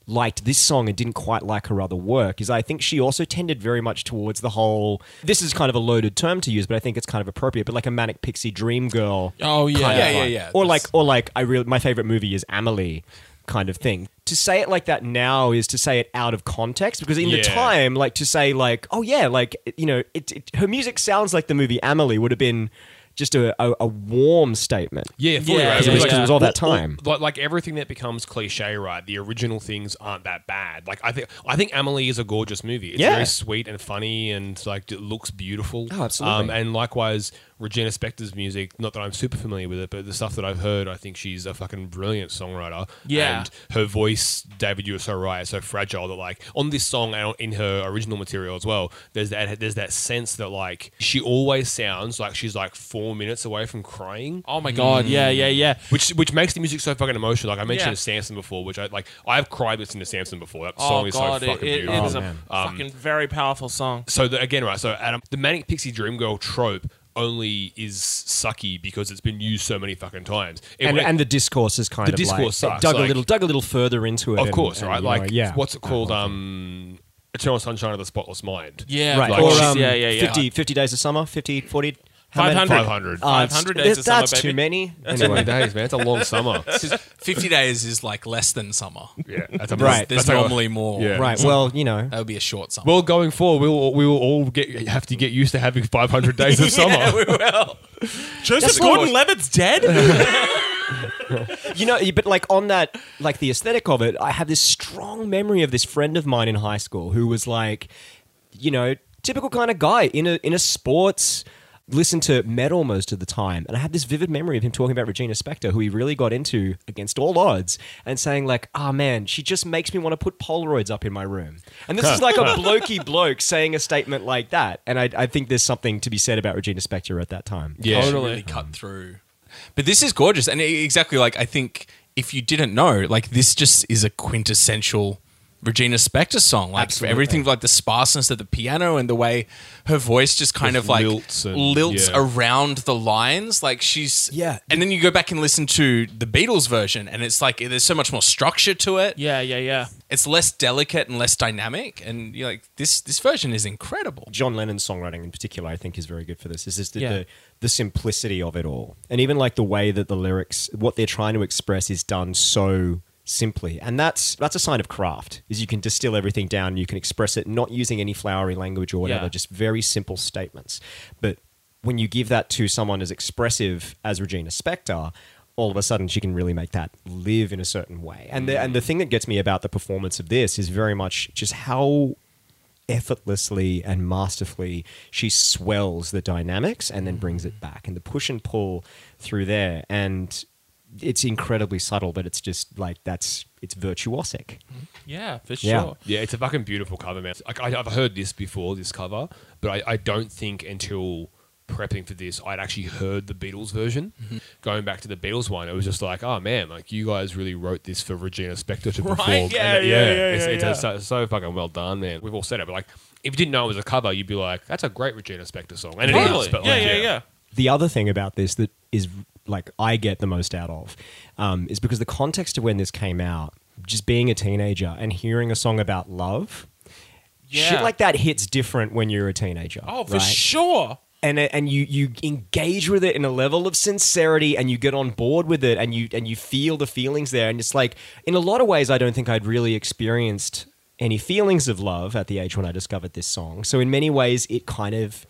[SPEAKER 5] liked this song and didn't quite like her other work is I think she also tended very much towards the whole. This is kind of a loaded term to use, but I think it's kind of appropriate. But like a manic pixie dream girl.
[SPEAKER 3] Oh, yeah.
[SPEAKER 5] kind of
[SPEAKER 3] Yeah, yeah,
[SPEAKER 5] vibe.
[SPEAKER 3] yeah.
[SPEAKER 5] Or
[SPEAKER 3] That's-
[SPEAKER 5] like or like I really my favorite movie is Amelie kind of thing. To say it like that now is to say it out of context because in the
[SPEAKER 2] Yeah.
[SPEAKER 5] time like to say like oh yeah like you know it, it her music sounds like the movie Amelie would have been just a, a, a warm statement.
[SPEAKER 2] Yeah, fully
[SPEAKER 1] Yeah,
[SPEAKER 2] right.
[SPEAKER 1] yeah,
[SPEAKER 2] Because
[SPEAKER 1] because it
[SPEAKER 5] was all that
[SPEAKER 2] well, well,
[SPEAKER 5] time.
[SPEAKER 2] like, like everything that becomes cliche, right? The original things aren't that bad. Like I think, I think Amelie is a gorgeous movie. It's
[SPEAKER 5] Yeah.
[SPEAKER 2] very sweet and funny, and like it looks beautiful.
[SPEAKER 5] Oh, absolutely.
[SPEAKER 2] Um, and likewise, Regina Spektor's music. Not that I'm super familiar with it, but the stuff that I've heard, I think she's a fucking brilliant songwriter.
[SPEAKER 1] Yeah.
[SPEAKER 2] And her voice, David, you were so right, is so fragile that like on this song and in her original material as well, there's that there's that sense that like she always sounds like she's like four minutes away from crying
[SPEAKER 1] Oh my god, yeah, yeah, yeah.
[SPEAKER 2] which which makes the music so fucking emotional. Like I mentioned
[SPEAKER 1] Yeah.
[SPEAKER 2] Samson before, which I like. I've cried listening to Samson before. That
[SPEAKER 1] Oh
[SPEAKER 2] song is
[SPEAKER 1] god,
[SPEAKER 2] so
[SPEAKER 1] it,
[SPEAKER 2] fucking
[SPEAKER 1] it- it
[SPEAKER 2] beautiful. Oh,
[SPEAKER 5] Oh,
[SPEAKER 1] is a fucking very powerful song.
[SPEAKER 2] So the, again, right? So Adam, the manic pixie dream girl trope only is sucky because it's been used so many fucking times. It
[SPEAKER 5] And,
[SPEAKER 2] would-
[SPEAKER 5] and the discourse is kind
[SPEAKER 2] The
[SPEAKER 5] of like,
[SPEAKER 2] discourse sucks,
[SPEAKER 5] dug a
[SPEAKER 2] like-
[SPEAKER 5] little dug a little further into it.
[SPEAKER 2] of
[SPEAKER 5] and-
[SPEAKER 2] course,
[SPEAKER 5] and,
[SPEAKER 2] right?
[SPEAKER 5] you know,
[SPEAKER 2] Like
[SPEAKER 5] yeah. Uh-huh.
[SPEAKER 2] what's it called? Um, Eternal Sunshine of the Spotless Mind.
[SPEAKER 1] Yeah,
[SPEAKER 5] right
[SPEAKER 1] like
[SPEAKER 5] or
[SPEAKER 1] she's-
[SPEAKER 5] um,
[SPEAKER 1] yeah, yeah, yeah.
[SPEAKER 5] 50, 50 days of summer, 50 40 how many-
[SPEAKER 1] 500.
[SPEAKER 2] 500.
[SPEAKER 5] Uh, it's-
[SPEAKER 1] 500 days of summer,
[SPEAKER 5] That's
[SPEAKER 1] baby.
[SPEAKER 5] too many.
[SPEAKER 2] That's
[SPEAKER 5] Anyway.
[SPEAKER 2] only days, man. It's a long summer.
[SPEAKER 3] 50 days is like less than summer.
[SPEAKER 2] yeah, that's a
[SPEAKER 5] Right.
[SPEAKER 3] There's
[SPEAKER 2] that's like a-
[SPEAKER 3] normally more.
[SPEAKER 2] Yeah.
[SPEAKER 5] Right. Well, you know,
[SPEAKER 3] That would be a short summer.
[SPEAKER 2] Well, going forward, we'll we will all get have to get used to having 500 days of summer.
[SPEAKER 1] Joseph Gordon-Levitt's dead.
[SPEAKER 5] you know, but like on that, like the aesthetic of it, I have this strong memory of this friend of mine in high school who was like, you know, typical kind of guy in a in a sports. Listened to metal most of the time, and I have this vivid memory of him talking about Regina Spektor, who he really got into against all odds, and saying like, "Ah man, she just makes me want to put Polaroids up in my room." And this is like a blokey bloke saying a statement like that, and I, I think there's something to be said about Regina Spektor at that time.
[SPEAKER 2] Yeah.
[SPEAKER 3] totally really cut through. But this is gorgeous, and e- exactly like I think if you didn't know, like this just is a quintessential Regina Spektor song. Like for
[SPEAKER 5] Absolutely.
[SPEAKER 3] everything, like the sparseness of the piano and the way her voice just kind
[SPEAKER 2] Just
[SPEAKER 3] of like
[SPEAKER 2] lilts
[SPEAKER 3] lilts,
[SPEAKER 2] and- yeah.
[SPEAKER 3] around the lines. Like she's
[SPEAKER 5] Yeah.
[SPEAKER 3] And then you go back and listen to the Beatles version, and it's like there's so much more structure to it.
[SPEAKER 1] yeah, yeah, yeah.
[SPEAKER 3] It's less delicate and less dynamic, and you're like this. This version is incredible.
[SPEAKER 5] John Lennon's songwriting in particular, I think, is very good for this. Is just the,
[SPEAKER 1] Yeah.
[SPEAKER 5] the the simplicity of it all, and even like the way that the lyrics, what they're trying to express, is done so simply, and that's that's a sign of craft. Is you can distill everything down, you can express it, not using any flowery language or whatever,
[SPEAKER 1] Yeah.
[SPEAKER 5] just very simple statements. But when you give that to someone as expressive as Regina Spektor. All of a sudden, she can really make that live in a certain way, and the and the thing that gets me about the performance of this is very much just how effortlessly and masterfully she swells the dynamics and then brings it back and the push and pull through there and it's incredibly subtle but it's just like that's it's virtuosic
[SPEAKER 1] Yeah, for
[SPEAKER 5] Yeah.
[SPEAKER 1] sure.
[SPEAKER 2] Yeah, it's a fucking beautiful cover, man. Like I, I've heard this before, this cover, but I, I don't think until prepping for this, I'd actually heard the Beatles version.
[SPEAKER 1] Mm-hmm.
[SPEAKER 2] Going back to the Beatles one, it was just like, oh man, like you guys really wrote this for Regina Spektor to perform. And
[SPEAKER 1] yeah,
[SPEAKER 2] it-
[SPEAKER 1] yeah, yeah,
[SPEAKER 2] it's,
[SPEAKER 1] yeah,
[SPEAKER 2] it's
[SPEAKER 1] yeah.
[SPEAKER 2] A, so, so fucking well done, man. We've all said it, but like, if you didn't know it was a cover, you'd be like, that's a great Regina Spektor song, and it is.
[SPEAKER 1] Totally.
[SPEAKER 2] But
[SPEAKER 1] yeah,
[SPEAKER 2] like,
[SPEAKER 1] yeah, yeah.
[SPEAKER 5] the other thing about this that is like I get the most out of um, is because the context of when this came out, just being a teenager and hearing a song about love,
[SPEAKER 1] Yeah.
[SPEAKER 5] shit like that hits different when you're a teenager.
[SPEAKER 1] Oh, for
[SPEAKER 5] right?
[SPEAKER 1] sure.
[SPEAKER 5] and uh, and you you engage with it in a level of sincerity and you get on board with it and you and you feel the feelings there and it's like in a lot of ways I don't think I'd really experienced any feelings of love at the age when I discovered this song so in many ways it kind of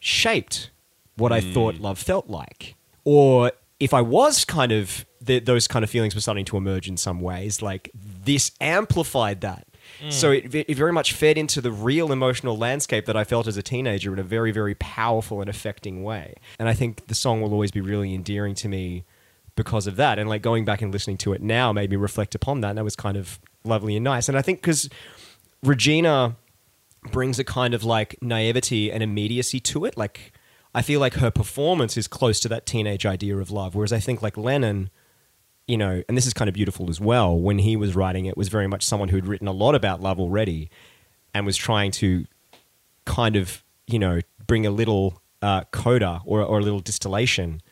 [SPEAKER 5] shaped what I thought love felt like or if I was kind of th- those kind of feelings were starting to emerge in some ways like this amplified that so it, it very much fed into the real emotional landscape that I felt as a teenager in a very, very powerful and affecting way. And I think the song will always be really endearing to me because of that. And like going back and listening to it now made me reflect upon that. And that was kind of lovely and nice. And I think because Regina brings a kind of like naivety and immediacy to it. Like I feel like her performance is close to that teenage idea of love. Whereas I think like Lennon, you know, and this is kind of beautiful as well. When he was writing it, was very much someone who had written a lot about love already, and was trying to kind of you know bring a little uh, coda or, or a little distillation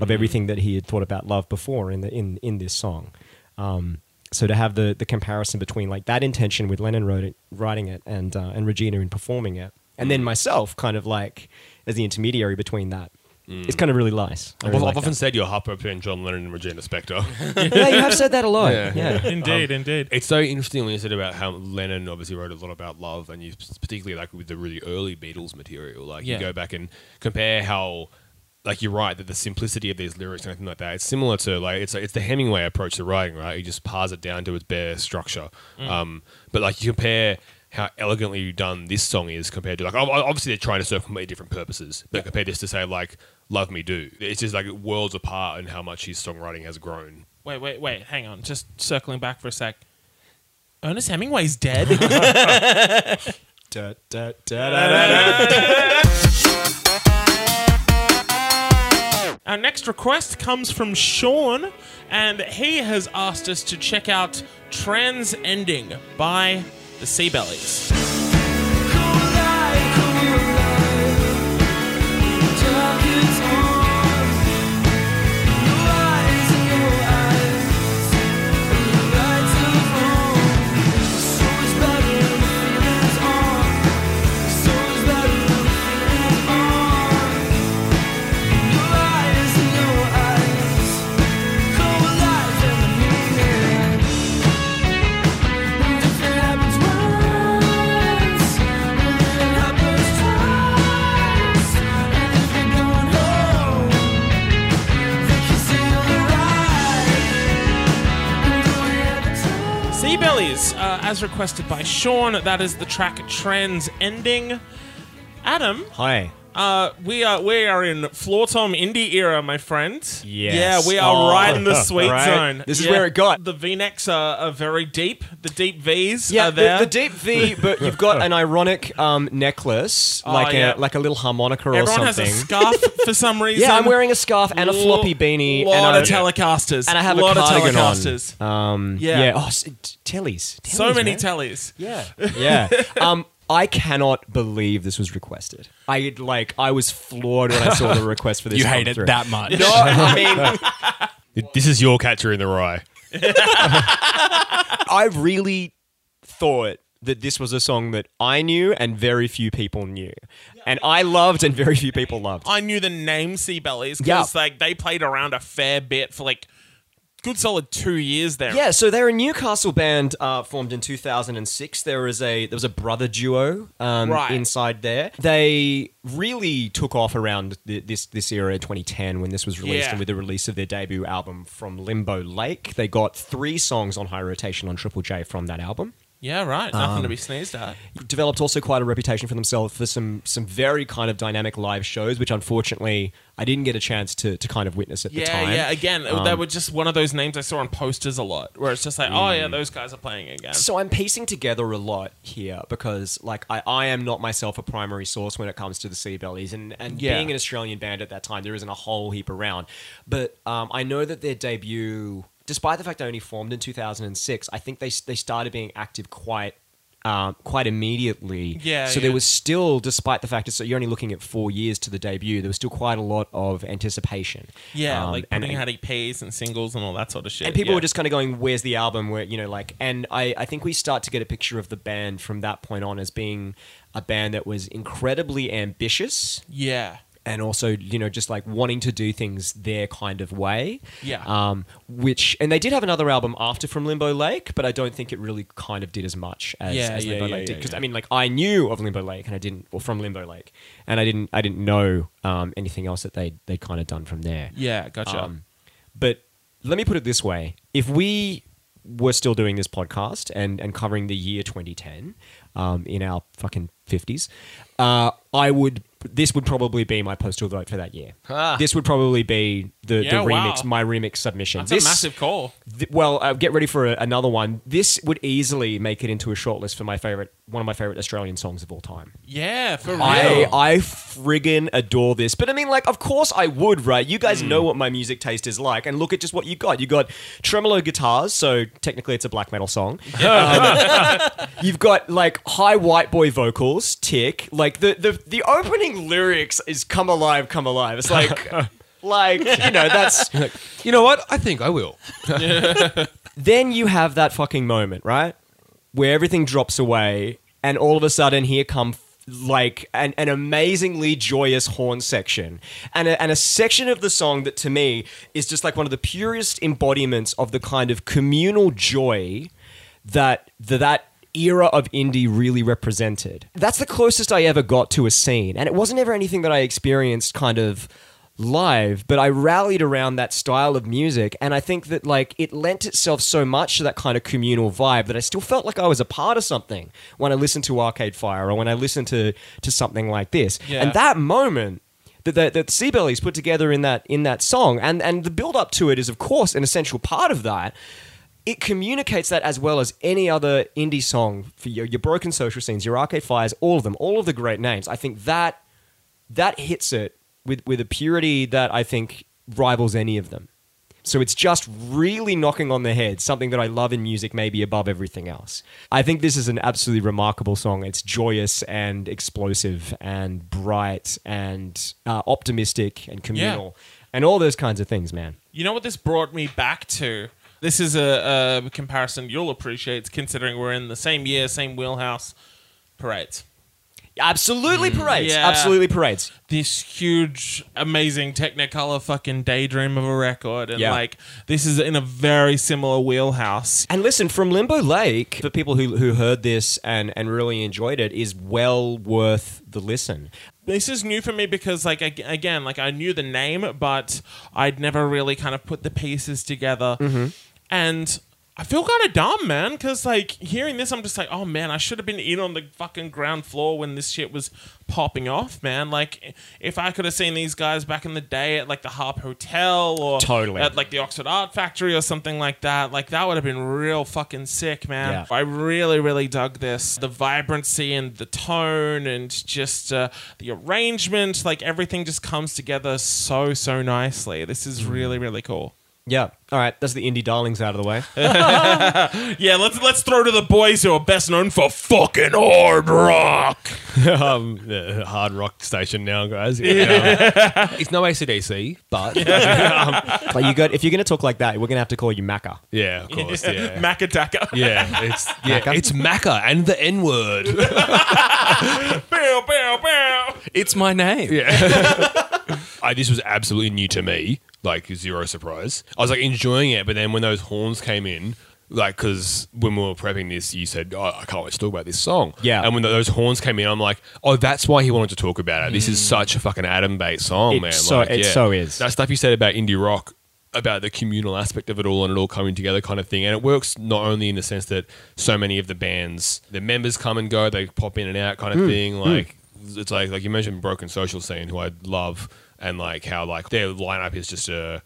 [SPEAKER 5] of everything that he had thought about love before in the in in this song. Um, so to have the the comparison between like that intention with Lennon wrote it, writing it and uh, and Regina in performing it, and then myself kind of like as the intermediary between that. It's kind Mm. of really nice. I
[SPEAKER 2] I've,
[SPEAKER 5] really
[SPEAKER 2] I've
[SPEAKER 5] like
[SPEAKER 2] often
[SPEAKER 5] that.
[SPEAKER 2] said you're halfway between John Lennon and Regina Spektor.
[SPEAKER 5] yeah, you have said that a lot.
[SPEAKER 2] Yeah.
[SPEAKER 5] Yeah.
[SPEAKER 1] Indeed, indeed.
[SPEAKER 2] It's so interesting when you said about how Lennon obviously wrote a lot about love, and you particularly like with the really early Beatles material. Like
[SPEAKER 1] Yeah.
[SPEAKER 2] you go back and compare how, like you're right that the simplicity of these lyrics and everything like that. It's similar to like it's it's the Hemingway approach to writing, right? You just parse it down to its bare structure. Um, but like you compare. How elegantly done this song is compared to like ob- obviously they're trying to serve completely different purposes, but compare this to say like "Love Me Do," it's just like worlds apart in how much his songwriting has grown.
[SPEAKER 1] Wait, wait, wait. Hang on. Just circling back for a sec. Ernest Hemingway's dead.
[SPEAKER 5] Da,
[SPEAKER 1] Our next request comes from Sean, and he has asked us to check out Trans Ending by the Seabellies. Seabellies, uh, as requested by Sean, that is the track Trans Ending. Adam,
[SPEAKER 5] Hi.
[SPEAKER 1] uh, we are we are in Floor Tom indie era, my friend.
[SPEAKER 5] Yes.
[SPEAKER 1] Yeah, we are
[SPEAKER 5] Oh,
[SPEAKER 1] right in the sweet
[SPEAKER 5] right?
[SPEAKER 1] zone.
[SPEAKER 5] This is
[SPEAKER 1] Yeah.
[SPEAKER 5] where it got.
[SPEAKER 1] The V necks are, are very deep. The deep V's
[SPEAKER 5] Yeah,
[SPEAKER 1] are there.
[SPEAKER 5] the, the deep V, but you've got an ironic um, necklace,
[SPEAKER 1] Oh,
[SPEAKER 5] like
[SPEAKER 1] yeah.
[SPEAKER 5] a like a little harmonica
[SPEAKER 1] Everyone
[SPEAKER 5] or
[SPEAKER 1] has a
[SPEAKER 5] something.
[SPEAKER 1] scarf for some reason.
[SPEAKER 5] yeah, I'm wearing a scarf and a floppy beanie,
[SPEAKER 1] lot
[SPEAKER 5] and
[SPEAKER 1] of
[SPEAKER 5] I,
[SPEAKER 1] telecasters,
[SPEAKER 5] and I have a
[SPEAKER 1] lot
[SPEAKER 5] cardigan
[SPEAKER 1] of
[SPEAKER 5] on.
[SPEAKER 1] telecasters.
[SPEAKER 5] Um,
[SPEAKER 1] Yeah.
[SPEAKER 5] yeah. Oh, s- t- tellies. tellies.
[SPEAKER 1] so many
[SPEAKER 5] man.
[SPEAKER 1] tellies.
[SPEAKER 5] Yeah. Yeah. um, I cannot believe this was requested. I like I was floored when I saw the request for this.
[SPEAKER 3] You
[SPEAKER 5] come
[SPEAKER 3] hate it
[SPEAKER 5] through.
[SPEAKER 3] that much.
[SPEAKER 5] No, I mean,
[SPEAKER 2] This is your catcher in the rye.
[SPEAKER 5] I really thought that this was a song that I knew and very few people knew, and I loved and very few people loved.
[SPEAKER 1] I knew the name Seabellies
[SPEAKER 5] Yeah.
[SPEAKER 1] because like they played around a fair bit for like good solid two years there.
[SPEAKER 5] Yeah, so they're a Newcastle band uh, formed in 2006. There is a there was a brother duo um,
[SPEAKER 1] Right.
[SPEAKER 5] inside there. They really took off around the, this this era, 2010, when this was released,
[SPEAKER 1] Yeah.
[SPEAKER 5] and with the release of their debut album from Limbo Lake, they got three songs on high rotation on Triple J from that album.
[SPEAKER 1] yeah, right. Nothing
[SPEAKER 5] Um,
[SPEAKER 1] to be sneezed at.
[SPEAKER 5] Developed also quite a reputation for themselves for some some very kind of dynamic live shows, which unfortunately I didn't get a chance to to kind of witness at the
[SPEAKER 1] Yeah,
[SPEAKER 5] time.
[SPEAKER 1] yeah. Again, they
[SPEAKER 5] Um,
[SPEAKER 1] were just one of those names I saw on posters a lot, where it's just like, oh yeah, those guys are playing again.
[SPEAKER 5] So I'm piecing together a lot here because, like, I, I am not myself a primary source when it comes to the Seabellies, and and
[SPEAKER 1] Yeah.
[SPEAKER 5] being an Australian band at that time, there isn't a whole heap around. But um, I know that their debut, despite the fact they only formed in 2006, I think they they started being active quite. Um, quite immediately,
[SPEAKER 1] Yeah,
[SPEAKER 5] So there
[SPEAKER 1] yeah.
[SPEAKER 5] was still, despite the fact that so you're only looking at four years to the debut, there was still quite a lot of anticipation.
[SPEAKER 1] yeah,
[SPEAKER 5] Um,
[SPEAKER 1] like
[SPEAKER 5] and-
[SPEAKER 1] putting
[SPEAKER 5] and-
[SPEAKER 1] out EPs and singles and all that sort of shit.
[SPEAKER 5] and people
[SPEAKER 1] yeah.
[SPEAKER 5] were just kind of going, "Where's the album?" Where you know, like, and I, I think we start to get a picture of the band from that point on as being a band that was incredibly ambitious
[SPEAKER 1] yeah,
[SPEAKER 5] and also you know just like wanting to do things their kind of way.
[SPEAKER 1] Yeah.
[SPEAKER 5] Um, which and they did have another album after from Limbo Lake, but I don't think it really kind of did as much as,
[SPEAKER 1] Yeah,
[SPEAKER 5] as
[SPEAKER 1] yeah,
[SPEAKER 5] Limbo
[SPEAKER 1] yeah,
[SPEAKER 5] Lake did
[SPEAKER 1] yeah,
[SPEAKER 5] because I mean like I knew of Limbo Lake and I didn't or from Limbo Lake and I didn't I didn't know um, anything else that they they kind of done from there.
[SPEAKER 1] yeah. Gotcha.
[SPEAKER 5] Um, but let me put it this way: if we were still doing this podcast and and covering the year 2010 um, in our fucking 50s, uh, I would. This would probably be my postal vote for that year.
[SPEAKER 3] Ah.
[SPEAKER 5] This would probably be the,
[SPEAKER 1] Yeah,
[SPEAKER 5] the remix,
[SPEAKER 1] wow.
[SPEAKER 5] my remix submission.
[SPEAKER 1] That's
[SPEAKER 5] this,
[SPEAKER 1] a massive call.
[SPEAKER 5] th- well, uh, get ready for a, another one. This would easily make it into a shortlist for my favorite, one of my favorite Australian songs of all time.
[SPEAKER 1] Yeah, for real.
[SPEAKER 5] I I friggin' adore this. But I mean, like, of course I would, right? You guys know what my music taste is like, and look at just what you got. You got tremolo guitars, so technically it's a black metal song. Um, you've got like high white boy vocals, tick. Like the the the opening lyrics is "Come alive, come alive." It's like. Like you know, that's
[SPEAKER 2] You know what? I think I will.
[SPEAKER 5] then you have that fucking moment, right? Where everything drops away, and all of a sudden, here come like an, an amazingly joyous horn section and a, and a section of the song that to me is just like one of the purest embodiments of the kind of communal joy that that, that era of indie really represented that's the closest i ever got to a scene and it wasn't ever anything that i experienced kind of live, but I rallied around that style of music. And I think that like it lent itself so much to that kind of communal vibe that I still felt like I was a part of something when I listened to Arcade Fire or when I listened to to something like this. And that moment that that, that Seabellies put together in that in that song and, and the build up to it is of course an essential part of that. It communicates that as well as any other indie song for your, your broken social scenes, your arcade fires, all of them, all of the great names. I think that that hits it with with a purity that I think rivals any of them. So it's just really knocking on the head, something that I love in music, maybe above everything else. I think this is an absolutely remarkable song. It's joyous and explosive and bright and uh, optimistic and communal and all those kinds of things, man.
[SPEAKER 1] You know what this brought me back to? This is a, a comparison you'll appreciate, considering we're in the same year, same wheelhouse. Parades.
[SPEAKER 5] Absolutely parades.
[SPEAKER 1] yeah.
[SPEAKER 5] Absolutely parades.
[SPEAKER 1] This huge, amazing Technicolor fucking daydream of a record, and
[SPEAKER 5] Yeah.
[SPEAKER 1] like this is in a very similar wheelhouse.
[SPEAKER 5] And listen, from Limbo Lake, for people who, who heard this and, and really enjoyed it, is well worth the listen.
[SPEAKER 1] This is new for me because, like, ag- again, like I knew the name, but I'd never really kind of put the pieces together.
[SPEAKER 5] Mm-hmm.
[SPEAKER 1] And I feel kind of dumb, man, because like hearing this, I'm just like, oh man, I should have been in on the fucking ground floor when this shit was popping off, man. Like, if I could have seen these guys back in the day at like the Harp Hotel or
[SPEAKER 5] Totally.
[SPEAKER 1] at like the Oxford Art Factory or something like that, like that would have been real fucking sick, man.
[SPEAKER 5] Yeah.
[SPEAKER 1] I really, really dug this. The vibrancy and the tone and just uh, the arrangement, like everything just comes together so, so nicely. This
[SPEAKER 2] Mm.
[SPEAKER 1] is really, really cool.
[SPEAKER 5] Yeah. All right. That's the indie darlings out of the way.
[SPEAKER 1] Yeah, let's let's throw to the boys who are best known for fucking hard rock.
[SPEAKER 2] um, the hard rock station now, guys. Yeah. it's no ACDC, but yeah, um,
[SPEAKER 5] Like you got, if you're going to talk like that, we're going to have to call you Macca.
[SPEAKER 2] yeah of course, yeah.
[SPEAKER 1] Mac attacker.
[SPEAKER 2] yeah, it's yeah, it's Macca and the N word.
[SPEAKER 1] Bow, bow, bow.
[SPEAKER 3] It's my name.
[SPEAKER 2] I, this was absolutely new to me, like zero surprise. I was like enjoying it, but then when those horns came in, like because when we were prepping this, you said, "Oh, I can't wait to talk about this song."
[SPEAKER 5] Yeah.
[SPEAKER 2] and when th those horns came in, I'm like, "Oh, that's why he wanted to talk about it. This is such a fucking Adam Bates song,
[SPEAKER 5] It
[SPEAKER 2] man."
[SPEAKER 5] so-
[SPEAKER 2] like,
[SPEAKER 5] it
[SPEAKER 2] yeah.
[SPEAKER 5] so is.
[SPEAKER 2] that stuff you said about indie rock. About the communal aspect of it all and it all coming together, kind of thing, and it works not only in the sense that so many of the bands, the members come and go, they pop in and out, kind of thing. Like it's like like you mentioned broken social scene who i love and like how like their lineup is just a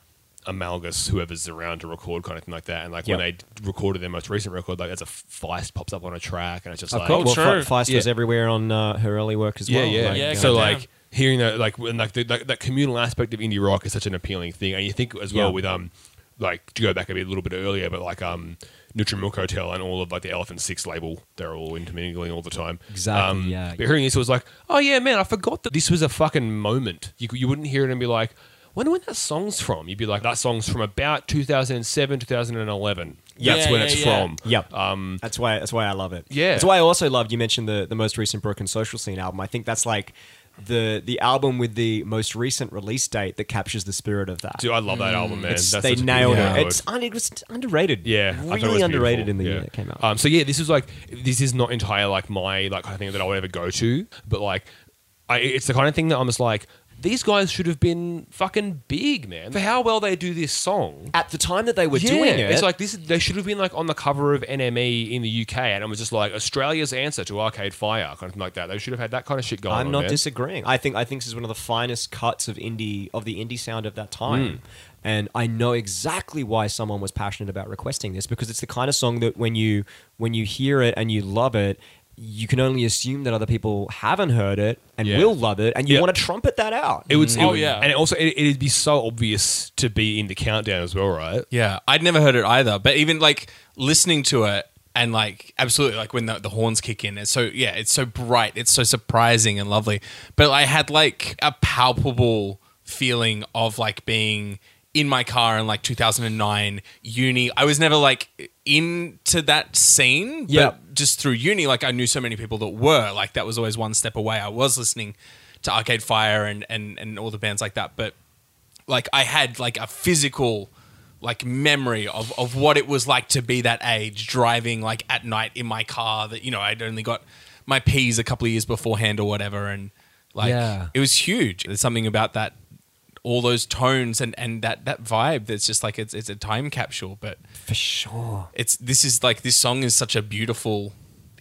[SPEAKER 2] amalgus whoever's around to record kind of thing like that and like when they
[SPEAKER 5] Yep.
[SPEAKER 2] d- recorded their most recent record like as a f- feist pops up on a track and it's just like
[SPEAKER 5] well,
[SPEAKER 1] true.
[SPEAKER 5] Fe- Feist was
[SPEAKER 2] Yeah.
[SPEAKER 5] everywhere on uh, her early work as
[SPEAKER 2] yeah
[SPEAKER 5] well.
[SPEAKER 2] yeah,
[SPEAKER 5] Like, uh,
[SPEAKER 1] Yeah,
[SPEAKER 2] so
[SPEAKER 1] goddamn.
[SPEAKER 2] like hearing that like when, like the, that, that communal aspect of indie rock is such an appealing thing and you think as well
[SPEAKER 5] Yeah.
[SPEAKER 2] with um like to go back a bit a little bit earlier but like um Nutrimilk Hotel and all of like the Elephant Six label they're all intermingling all the time Um,
[SPEAKER 5] Exactly, yeah.
[SPEAKER 2] but hearing this was like, oh yeah, man, I forgot that this was a fucking moment. You, you wouldn't hear it and be like, wonder when that song's from. You'd be like, that song's from about 2007, 2011.
[SPEAKER 1] Yeah,
[SPEAKER 2] That's when
[SPEAKER 1] yeah,
[SPEAKER 2] it's
[SPEAKER 1] yeah.
[SPEAKER 2] from.
[SPEAKER 5] Yep. Um, that's why. That's why I love it.
[SPEAKER 2] Yeah.
[SPEAKER 5] That's why I also loved. You mentioned the the most recent Broken Social Scene album. I think that's like the the album with the most recent release date that captures the spirit of that.
[SPEAKER 2] Dude, I love that album, man.
[SPEAKER 5] It's-
[SPEAKER 2] That's
[SPEAKER 5] they
[SPEAKER 2] such a
[SPEAKER 5] nailed
[SPEAKER 2] beautiful
[SPEAKER 5] it.
[SPEAKER 2] record.
[SPEAKER 5] It's un- it was underrated.
[SPEAKER 2] Yeah, I thought it
[SPEAKER 5] really
[SPEAKER 2] was
[SPEAKER 5] underrated
[SPEAKER 2] beautiful.
[SPEAKER 5] in the
[SPEAKER 2] Yeah.
[SPEAKER 5] year that came out.
[SPEAKER 2] Um, so yeah, this is like this is not entire like my like kind of thing that I would ever go to, but like I, it's the kind of thing that I'm just like These guys should have been fucking big, man. For how well they do this song.
[SPEAKER 5] At the time that they were
[SPEAKER 2] Yeah,
[SPEAKER 5] doing it,
[SPEAKER 2] it's like this. They should have been like on the cover of NME in the UK, and it was just like Australia's answer to Arcade Fire, kind of thing like that. They should have had that kind of shit going on.
[SPEAKER 5] I'm not
[SPEAKER 2] man.
[SPEAKER 5] disagreeing. I think I think this is one of the finest cuts of indie of the indie sound of that time. And I know exactly why someone was passionate about requesting this because it's the kind of song that when you when you hear it and you love it, you can only assume that other people haven't heard it and
[SPEAKER 2] Yeah.
[SPEAKER 5] will love it, and you
[SPEAKER 2] Yeah.
[SPEAKER 5] want to trumpet that out.
[SPEAKER 2] It would. it
[SPEAKER 1] Oh,
[SPEAKER 2] would-
[SPEAKER 1] yeah.
[SPEAKER 2] and also it, it'd be so obvious to be in the countdown as well, right?
[SPEAKER 3] Yeah, I'd never heard it either. But even like listening to it and like absolutely like when the, the horns kick in, it's so yeah, it's so bright, it's so surprising and lovely. But I had like a palpable feeling of like being in my car in like 2009 uni. I was never like into that scene, but
[SPEAKER 5] Yeah.
[SPEAKER 3] just through uni, like I knew so many people that were like that was always one step away. I was listening to Arcade Fire and and and all the bands like that, but like I had like a physical like memory of, of what it was like to be that age driving like at night in my car that you know I'd only got my P's a couple of years beforehand or whatever and like
[SPEAKER 2] Yeah.
[SPEAKER 3] it was huge there's something about that all those tones and, and that, that vibe that's just like it's it's a time capsule but
[SPEAKER 5] For sure.
[SPEAKER 3] it's this is like this song is such a beautiful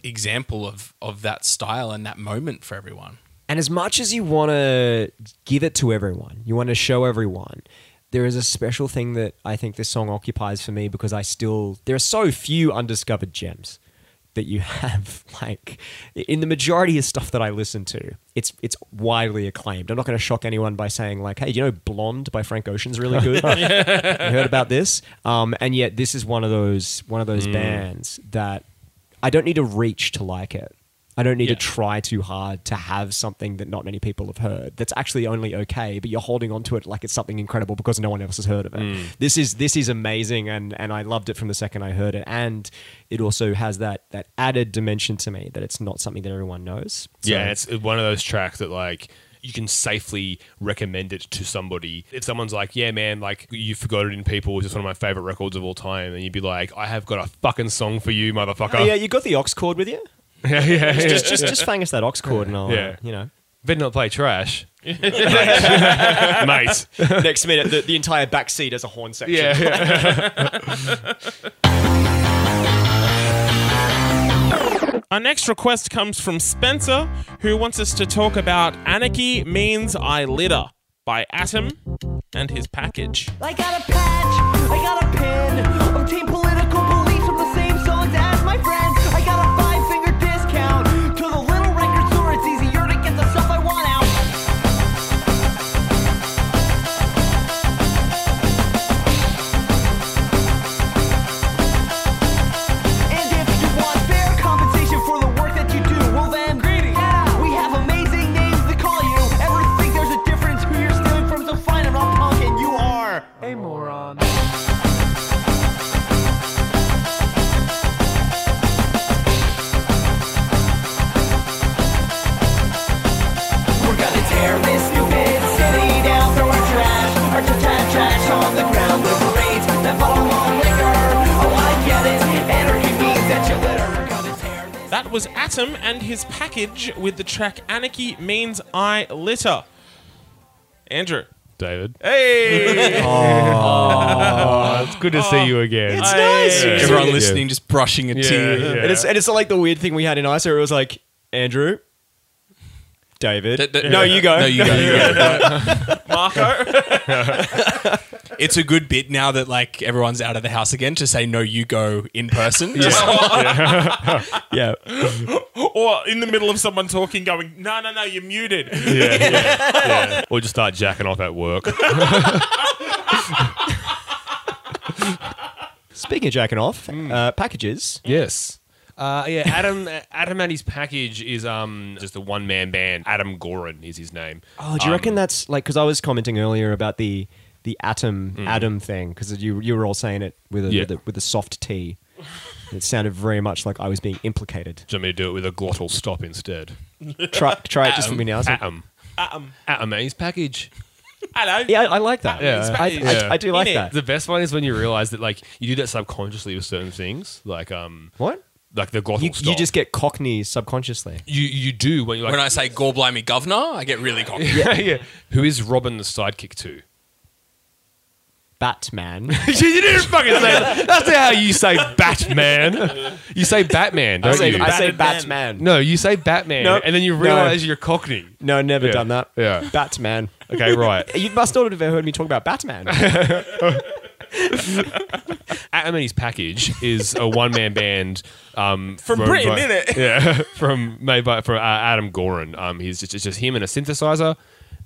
[SPEAKER 3] example of of that style and that moment for everyone
[SPEAKER 5] And as much as you want to give it to everyone, you want to show everyone, there is a special thing that I think this song occupies for me because I still, there are so few undiscovered gems that you have. Like, in the majority of stuff that I listen to, it's it's widely acclaimed. I'm not going to shock anyone by saying, like, hey, do you know Blonde by Frank Ocean's really good? you heard about this? Um, and yet, this is one of those, one of those
[SPEAKER 2] Mm.
[SPEAKER 5] bands that I don't need to reach to like it. I don't need
[SPEAKER 2] Yeah.
[SPEAKER 5] to try too hard to have something that not many people have heard. That's actually only okay, but you're holding on to it like it's something incredible because no one else has heard of it.
[SPEAKER 2] Mm.
[SPEAKER 5] This is this is amazing, and and I loved it from the second I heard it. And it also has that that added dimension to me that it's not something that everyone knows. So-
[SPEAKER 2] Yeah, it's one of those tracks that like you can safely recommend it to somebody. If someone's like, "Yeah, man, like you forgot it in people," it's just one of my favorite records of all time, and you'd be like, "I have got a fucking song for you, motherfucker."
[SPEAKER 5] Oh, yeah, you got the ox chord with you.
[SPEAKER 2] yeah, yeah, yeah.
[SPEAKER 5] Just just just fang us that ox chord, and I'll uh,
[SPEAKER 2] Yeah.
[SPEAKER 5] you know.
[SPEAKER 2] Better not play trash, mate.
[SPEAKER 5] Next minute, the, the entire back seat has a horn section.
[SPEAKER 2] Yeah, yeah.
[SPEAKER 1] Our next request comes from Spencer, who wants us to talk about Anarchy Means I Litter by Atom and his package.
[SPEAKER 8] I got a patch, I got a pin. I'm team political beliefs from the same zones as my friends. I got a five finger discount to the little record store. It's easier to get the stuff I want out. And if you want fair compensation for the work that you do, well then, greedy. Yeah, we have amazing names to call you. Ever think there's a difference who you're stealing from? So fine, I'm not punk and you are. We're gonna tear this stupid city down, throw our trash, our trash, trash on the ground. Liberate that bottle of liquor. Oh, I get it. Anarchy means that you litter. We're gonna tear this.
[SPEAKER 1] That was Atom and his package with the track Anarchy Means I Litter. Andrew.
[SPEAKER 2] David.
[SPEAKER 1] Hey!
[SPEAKER 2] It's good to see you again.
[SPEAKER 5] It's nice.
[SPEAKER 1] Yeah.
[SPEAKER 3] everyone
[SPEAKER 2] Yeah.
[SPEAKER 3] listening just brushing a tear
[SPEAKER 5] And it's and it's like the weird thing we had in ISO. It was like Andrew, David.
[SPEAKER 3] D- d-
[SPEAKER 5] no, you go.
[SPEAKER 3] no you go, you go.
[SPEAKER 1] Marco.
[SPEAKER 3] it's a good bit now that like everyone's out of the house again to say no you go in person Just-
[SPEAKER 5] yeah.
[SPEAKER 1] or in the middle of someone talking, going, no, no, no, you're muted.
[SPEAKER 2] Yeah, yeah, yeah. Or just start jacking off at work.
[SPEAKER 5] Speaking of jacking off,
[SPEAKER 2] Hmm.
[SPEAKER 5] uh, packages.
[SPEAKER 2] Yes. Uh, yeah, Adam Adam and his package is um just a one man band. Adam Gorin is his name.
[SPEAKER 5] Oh, do you reckon that's like because I was commenting earlier about the the atom atom thing because you you were all saying it with a,
[SPEAKER 2] Yeah.
[SPEAKER 5] with, a with a soft T. It sounded very much like I was being implicated.
[SPEAKER 2] Do you want me to do it with a glottal stop instead?
[SPEAKER 5] Try, try it just for me now. It's like-
[SPEAKER 2] Atom.
[SPEAKER 1] Atom.
[SPEAKER 2] Atom and his eh? package.
[SPEAKER 1] Hello.
[SPEAKER 5] yeah, I, I like that.
[SPEAKER 2] Yeah.
[SPEAKER 5] I, I,
[SPEAKER 2] Yeah.
[SPEAKER 5] I do like
[SPEAKER 1] In it.
[SPEAKER 5] that.
[SPEAKER 2] The best one is when you realize that like you do that subconsciously with certain things. Like um
[SPEAKER 5] What?
[SPEAKER 2] like the gospel
[SPEAKER 5] You,
[SPEAKER 2] stuff.
[SPEAKER 5] you just get cockney subconsciously.
[SPEAKER 2] you you do when you like
[SPEAKER 3] When I say "gore blimey governor," I get really cocky.
[SPEAKER 2] yeah. yeah. Who is Robin the sidekick to?
[SPEAKER 5] Batman.
[SPEAKER 2] you didn't fucking say that. That's how you say Batman. You say Batman, don't
[SPEAKER 5] I say,
[SPEAKER 2] you?
[SPEAKER 5] I say
[SPEAKER 1] Batman.
[SPEAKER 5] Batman.
[SPEAKER 2] no, you say Batman,
[SPEAKER 5] No.
[SPEAKER 2] and then you
[SPEAKER 5] No.
[SPEAKER 2] realize you're Cockney.
[SPEAKER 5] No, never
[SPEAKER 2] Yeah.
[SPEAKER 5] done that.
[SPEAKER 2] Yeah.
[SPEAKER 5] Batman.
[SPEAKER 2] Okay, right.
[SPEAKER 5] You must not have ever heard me talk about Batman.
[SPEAKER 2] Ameny's package is a one man band um,
[SPEAKER 1] From Britain, innit?
[SPEAKER 2] Yeah, from made by from uh, Adam Gorin. Um, he's just it's just him and a synthesizer.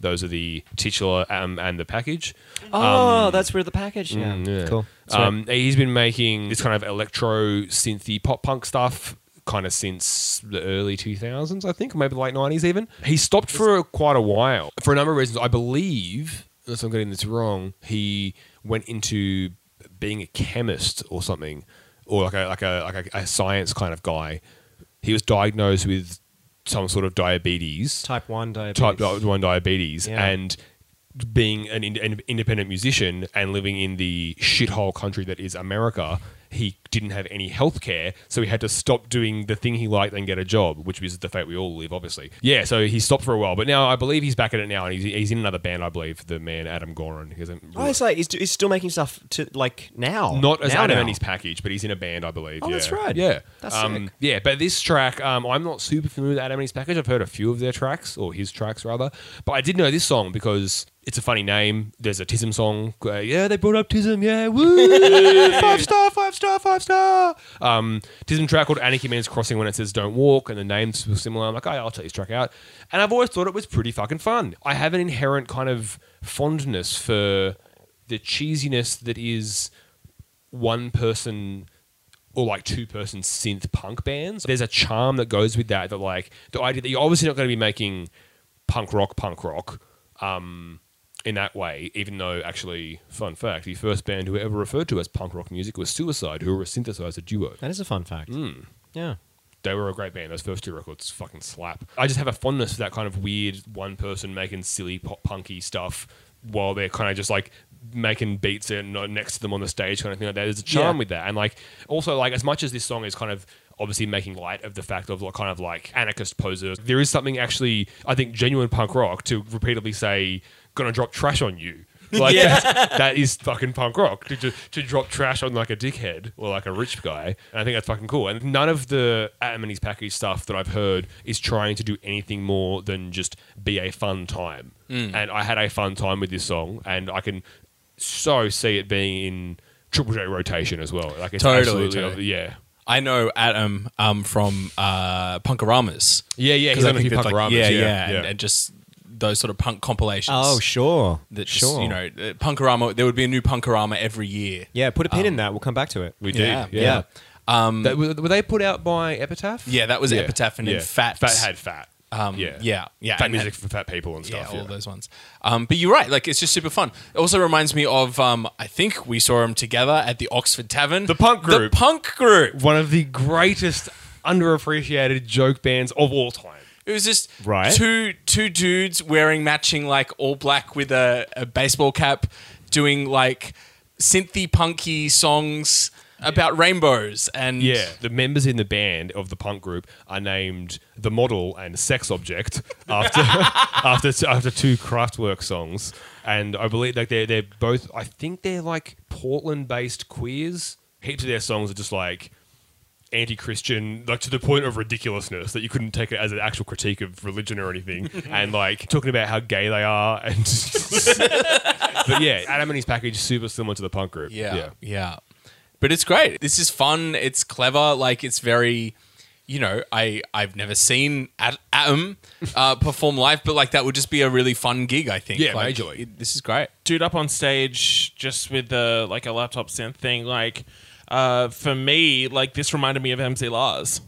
[SPEAKER 2] Those are the titular um, and the package.
[SPEAKER 5] oh, that's where the package. Yeah.
[SPEAKER 2] Mm, Yeah.
[SPEAKER 5] Cool.
[SPEAKER 2] Um, he's been making this kind of electro synthy pop punk stuff kind of since the early 2000s, I think, maybe the late 90s even. He stopped for quite a while for a number of reasons. I believe, unless I'm getting this wrong, he went into being a chemist or something, or like a like a like a, a science kind of guy. He was diagnosed with some sort of diabetes
[SPEAKER 5] Type 1 diabetes.
[SPEAKER 2] type oh, di- one diabetes
[SPEAKER 5] Yeah.
[SPEAKER 2] and being an, ind- an independent musician and living in the shithole country that is America, he didn't have any health care, so he had to stop doing the thing he liked and get a job, which is the fate we all live, obviously. Yeah, so he stopped for a while, but now I believe he's back at it now, and he's, he's in another band, I believe, the man Adam Gorin. He hasn't
[SPEAKER 5] Oh, it's like he's, he's still making stuff to like now.
[SPEAKER 2] not as
[SPEAKER 5] now,
[SPEAKER 2] Adam
[SPEAKER 5] now.
[SPEAKER 2] and his package, but he's in a band, I believe.
[SPEAKER 5] Oh,
[SPEAKER 2] yeah.
[SPEAKER 5] that's right.
[SPEAKER 2] Yeah,
[SPEAKER 5] That's
[SPEAKER 2] um,
[SPEAKER 5] sick.
[SPEAKER 2] yeah. But this track, um, I'm not super familiar with Adam and his package. I've heard a few of their tracks or his tracks rather, but I did know this song because it's a funny name. There's a Tism song. Uh, yeah, they brought up Tism. Yeah, woo, five star, five star, five star. Um, Tism track called Anarchy Means Crossing when it says Don't Walk, and the names were similar. I'm like, oh, yeah, I'll take this track out, and I've always thought it was pretty fucking fun. I have an inherent kind of fondness for the cheesiness that is one person or like two person synth punk bands. There's a charm that goes with that. That like the idea that you're obviously not going to be making punk rock, punk rock, um, in that way. Even though, actually, fun fact: the first band who were ever referred to as punk rock music was Suicide, who were a synthesizer duo.
[SPEAKER 5] That is a fun fact.
[SPEAKER 2] Mm.
[SPEAKER 5] Yeah.
[SPEAKER 2] They were a great band. Those first two records fucking slap. I just have a fondness for that kind of weird one person making silly pop punky stuff while they're kind of just like making beats and not next to them on the stage kind of thing like that. There's a charm
[SPEAKER 5] Yeah.
[SPEAKER 2] with that. And like also like as much as this song is kind of obviously making light of the fact of like kind of like anarchist posers, there is something actually I think genuine punk rock to repeatedly say, gonna drop trash on you. Like that's, that is fucking punk rock to, to to drop trash on like a dickhead or like a rich guy, and I think that's fucking cool. And none of the Adam and his package stuff that I've heard is trying to do anything more than just be a fun time.
[SPEAKER 3] Mm.
[SPEAKER 2] And I had a fun time with this song, and I can so see it being in Triple J rotation as well. Like it's
[SPEAKER 3] Totally,
[SPEAKER 2] absolutely
[SPEAKER 3] totally.
[SPEAKER 2] yeah,
[SPEAKER 3] I know Adam um, from uh, Punkaramas.
[SPEAKER 2] yeah, yeah. He's
[SPEAKER 3] I
[SPEAKER 2] on a
[SPEAKER 3] think
[SPEAKER 2] few
[SPEAKER 3] that,
[SPEAKER 2] punk
[SPEAKER 3] like,
[SPEAKER 2] ramas,
[SPEAKER 3] yeah, yeah,
[SPEAKER 2] yeah,
[SPEAKER 3] And, and just those sort of punk compilations.
[SPEAKER 5] Oh, sure.
[SPEAKER 3] that just,
[SPEAKER 5] sure.
[SPEAKER 3] You know, uh, Punkorama. There would be a new Punkorama every year.
[SPEAKER 5] yeah, put a pin in that. We'll come back to it.
[SPEAKER 2] um, we did.
[SPEAKER 3] Yeah.
[SPEAKER 2] Yeah, Um,
[SPEAKER 5] yeah.
[SPEAKER 2] That- were were they put out by Epitaph?
[SPEAKER 3] Yeah, that was
[SPEAKER 2] Yeah.
[SPEAKER 3] Epitaph and
[SPEAKER 2] Yeah.
[SPEAKER 3] then Fat.
[SPEAKER 2] Fat had fat.
[SPEAKER 3] Um, yeah, yeah,
[SPEAKER 2] Fat
[SPEAKER 3] and-
[SPEAKER 2] music for fat people and
[SPEAKER 3] yeah,
[SPEAKER 2] stuff.
[SPEAKER 3] all those ones. Um, but you're right. Like it's just super fun. It also reminds me of um, I think we saw them together at the Oxford Tavern.
[SPEAKER 2] The punk group.
[SPEAKER 3] The punk group.
[SPEAKER 2] One of the greatest underappreciated joke bands of all time.
[SPEAKER 3] It was just
[SPEAKER 5] Right.
[SPEAKER 3] two two dudes wearing matching like all black with a, a baseball cap, doing like synthy punky songs about rainbows and
[SPEAKER 2] Yeah, the members in the band of the punk group are named the model and sex object after after after two Kraftwerk songs, and I believe like they're they're both. I think they're like Portland-based queers. Heaps of their songs are just like anti-Christian, like to the point of ridiculousness that you couldn't take it as an actual critique of religion or anything, and like talking about how gay they are. And but yeah, Adam and his package super similar to the punk group.
[SPEAKER 3] Yeah, yeah. But it's great. This is fun. It's clever. Like it's very, you know, I I've never seen At- Atom uh, perform live, but like that would just be a really fun gig. I think.
[SPEAKER 2] Yeah,
[SPEAKER 3] like,
[SPEAKER 2] majorly.
[SPEAKER 3] it- this is great.
[SPEAKER 1] dude up on stage just with the like a laptop synth thing like uh, for me like this reminded me of mc lars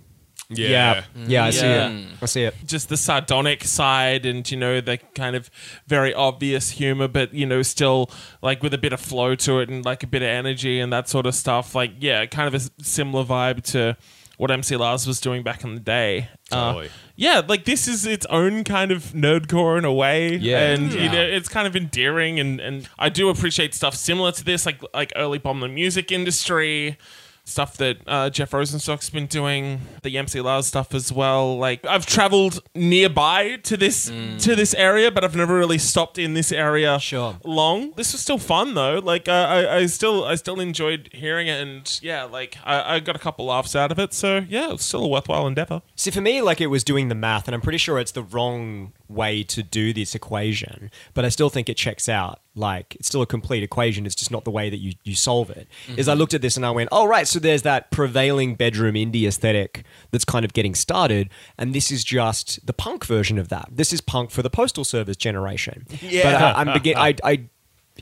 [SPEAKER 2] yeah. Mm.
[SPEAKER 5] Yeah. Yeah, I see it.
[SPEAKER 1] Yeah.
[SPEAKER 5] I see it.
[SPEAKER 1] just the sardonic side and you know the kind of very obvious humor but you know still like with a bit of flow to it and like a bit of energy and that sort of stuff like yeah kind of a s- similar vibe to what MC Lars was doing back in the day. Uh,
[SPEAKER 2] Totally.
[SPEAKER 1] yeah, like this is its own kind of nerdcore in a way.
[SPEAKER 2] Yeah.
[SPEAKER 1] And you know, it's kind of endearing and, and I do appreciate stuff similar to this, like like early bomb the music industry. stuff that uh, Jeff Rosenstock's been doing, the MC Lars stuff as well. Like I've traveled nearby to this to this area, but I've never really stopped in this area
[SPEAKER 9] Sure.
[SPEAKER 1] long. This was still fun though. Like I, I, I still I still enjoyed hearing it, and yeah, like I, I got a couple laughs out of it. So yeah, it's still a worthwhile endeavor.
[SPEAKER 5] See, for me, like it was doing the math, and I'm pretty sure it's the wrong way to do this equation, but I still think it checks out. Like it's still a complete equation. It's just not the way that you, you solve it. Is I looked at this and I went, oh, right, so there's that prevailing bedroom indie aesthetic that's kind of getting started, and this is just the punk version of that. This is punk for the postal service generation. Yeah, but I, I'm begin- I, I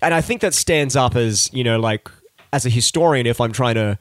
[SPEAKER 5] and I think that stands up as you know, like as a historian, if I'm trying to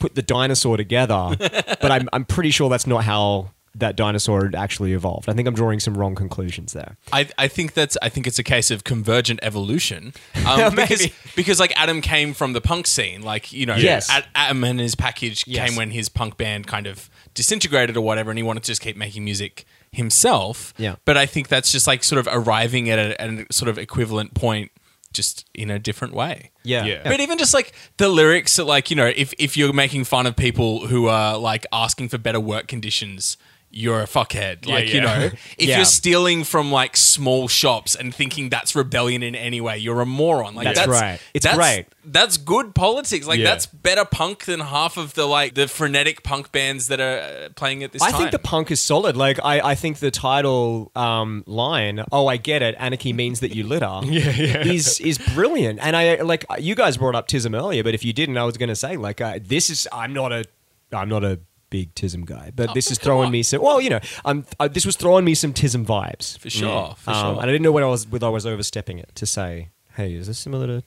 [SPEAKER 5] put the dinosaur together, but I'm I'm pretty sure that's not how that dinosaur actually evolved. I think I'm drawing some wrong conclusions there.
[SPEAKER 3] I, I think that's I think it's a case of convergent evolution um, because because like Adam came from the punk scene like you know
[SPEAKER 5] Yes.
[SPEAKER 3] Ad- Adam and his package
[SPEAKER 5] Yes.
[SPEAKER 3] came when his punk band kind of disintegrated or whatever and he wanted to just keep making music himself
[SPEAKER 5] Yeah.
[SPEAKER 3] but I think that's just like sort of arriving at a, at a sort of equivalent point just in a different way
[SPEAKER 5] Yeah.
[SPEAKER 2] Yeah.
[SPEAKER 3] but even just like the lyrics are like, you know, if, if you're making fun of people who are like asking for better work conditions, you're a fuckhead. Like, you
[SPEAKER 2] yeah.
[SPEAKER 3] know, if
[SPEAKER 5] Yeah.
[SPEAKER 3] you're stealing from like small shops and thinking that's rebellion in any way, you're a moron. Like
[SPEAKER 5] That's right. It's
[SPEAKER 3] that's,
[SPEAKER 5] great.
[SPEAKER 3] That's good politics. Like
[SPEAKER 2] Yeah.
[SPEAKER 3] that's better punk than half of the like the frenetic punk bands that are uh, playing at this
[SPEAKER 5] I
[SPEAKER 3] time.
[SPEAKER 5] think the punk is solid. Like I, I think the title um, line, "Oh, I get it, anarchy means that you litter," is is brilliant. And I like you guys brought up Tism earlier, but if you didn't, I was going to say like uh, this is I'm not a I'm not a big Tism guy, but this is throwing me some. Well, you know, I'm uh, this was throwing me some Tism vibes
[SPEAKER 3] for sure. For
[SPEAKER 5] um,
[SPEAKER 3] sure.
[SPEAKER 5] And I didn't know what I was whether I was overstepping it to say, hey, is this similar to?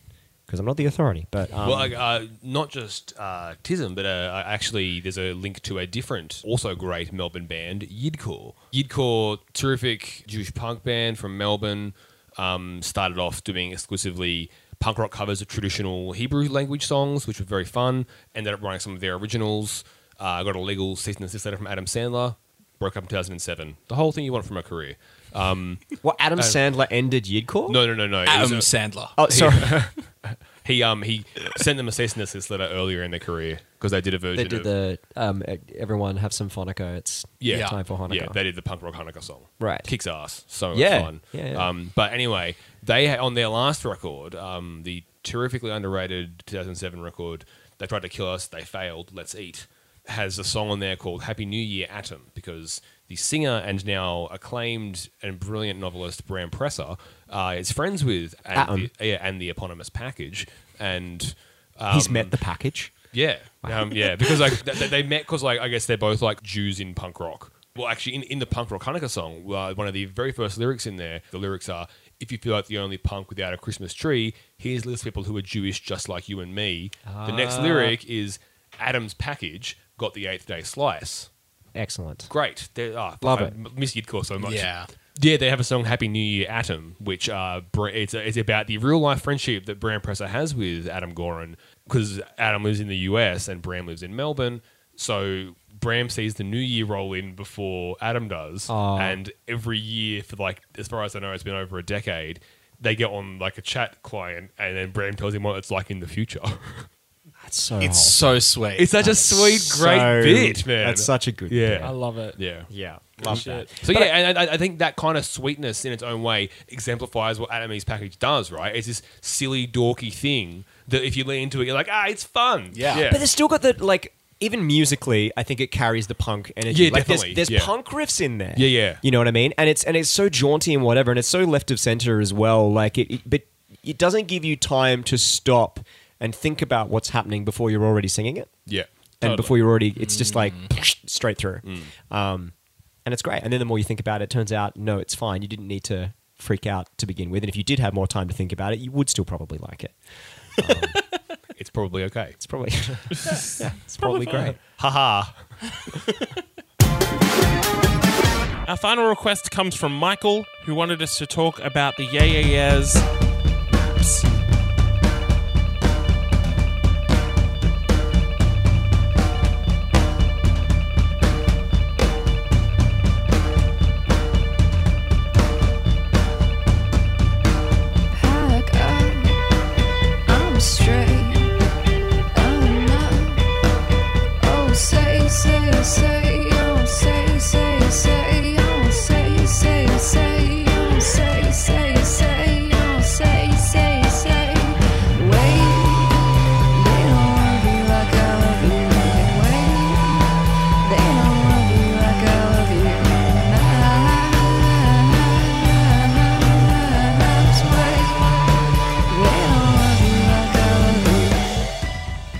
[SPEAKER 5] Because I'm not the authority, but um,
[SPEAKER 2] Well, like, uh, not just uh, Tism, but uh, actually, there's a link to a different, also great Melbourne band, Yidkor. Yidkor, terrific Jewish punk band from Melbourne, um, started off doing exclusively punk rock covers of traditional Hebrew language songs, which were very fun. Ended up writing some of their originals. Uh, got a legal cease and desist letter from Adam Sandler. Broke up in 2007. The whole thing you want from a career. Um,
[SPEAKER 5] well, Adam Sandler ended Yidcore.
[SPEAKER 2] no, no, no, no. It was
[SPEAKER 3] Adam
[SPEAKER 2] a-
[SPEAKER 3] Sandler.
[SPEAKER 5] oh, sorry.
[SPEAKER 2] he um he sent them a cease and desist letter earlier in their career because they did a version
[SPEAKER 5] they did
[SPEAKER 2] of
[SPEAKER 5] the um, e- everyone have some Hanukkah. It's
[SPEAKER 2] yeah,
[SPEAKER 5] time for Hanukkah.
[SPEAKER 2] Yeah, they did the punk rock Hanukkah song.
[SPEAKER 5] Right.
[SPEAKER 2] kicks ass. So
[SPEAKER 5] Yeah,
[SPEAKER 2] much fun.
[SPEAKER 5] yeah, yeah.
[SPEAKER 2] Um, but anyway, they ha- on their last record, um, the terrifically underrated 2007 record, they tried to kill us. They failed. Let's eat. Has a song on there called "Happy New Year, Atom," because the singer and now acclaimed and brilliant novelist Bram Presser uh, is friends with and
[SPEAKER 5] Atom.
[SPEAKER 2] the, yeah, and the eponymous package, and um,
[SPEAKER 5] He's met the package.
[SPEAKER 2] yeah, um, yeah, because like th- th- they met because like I guess they're both like Jews in punk rock. Well, actually, in, in the punk rock Hanukkah song, uh, one of the very first lyrics in there, the lyrics are, "If you feel like the only punk without a Christmas tree, here's a list of people who are Jewish just like you and me." The next lyric is, "Adam's package got the eighth day slice."
[SPEAKER 5] Excellent.
[SPEAKER 2] Great, they oh,
[SPEAKER 5] Love
[SPEAKER 2] I
[SPEAKER 5] it.
[SPEAKER 2] m- Miss Yidkor so much.
[SPEAKER 3] Yeah.
[SPEAKER 2] Yeah, they have a song "Happy New Year, Atom," which uh, br- it's it's about the real life friendship that Bram Presser has with Adam Gorin because Adam lives in the US and Bram lives in Melbourne. So Bram sees the New Year roll in before Adam does, and every year for like as far as I know, it's been over a decade. They get on like a chat client, and then Bram tells him what it's like in the future.
[SPEAKER 5] That's so.
[SPEAKER 3] It's so sweet.
[SPEAKER 2] it's such a sweet, great
[SPEAKER 5] so-
[SPEAKER 2] bit, man.
[SPEAKER 5] That's such a good.
[SPEAKER 2] yeah,
[SPEAKER 5] bit.
[SPEAKER 9] I love it.
[SPEAKER 2] yeah,
[SPEAKER 5] Yeah, love that.
[SPEAKER 2] so yeah, and I, I think that kind of sweetness in its own way exemplifies what Adam E's package does, right? It's this silly, dorky thing that if you lean into it, you're like, ah, it's fun.
[SPEAKER 3] Yeah.
[SPEAKER 5] But it's still got the like. Even musically, I think it carries the punk energy.
[SPEAKER 2] Yeah,
[SPEAKER 5] like
[SPEAKER 2] definitely,
[SPEAKER 5] There's, there's
[SPEAKER 2] yeah.
[SPEAKER 5] punk riffs in there.
[SPEAKER 2] Yeah, yeah.
[SPEAKER 5] You know what I mean? And it's and it's so jaunty and whatever, and it's so left of center as well. Like it, it but it doesn't give you time to stop and think about what's happening before you're already singing it.
[SPEAKER 2] yeah.
[SPEAKER 5] and
[SPEAKER 2] Totally. Mm.
[SPEAKER 5] before you're already, it's just like straight through. Um, and it's great. And then the more you think about it, it turns out, no, it's fine. You didn't need to freak out to begin with. And if you did have more time to think about it, you would still probably like it.
[SPEAKER 2] it's probably okay.
[SPEAKER 5] It's probably, yeah, it's probably great.
[SPEAKER 1] Our final request comes from Michael, who wanted us to talk about the Yeah Yeah Yeahs. Oops.
[SPEAKER 4] Pack up. I'm straight. Oh no. oh, oh,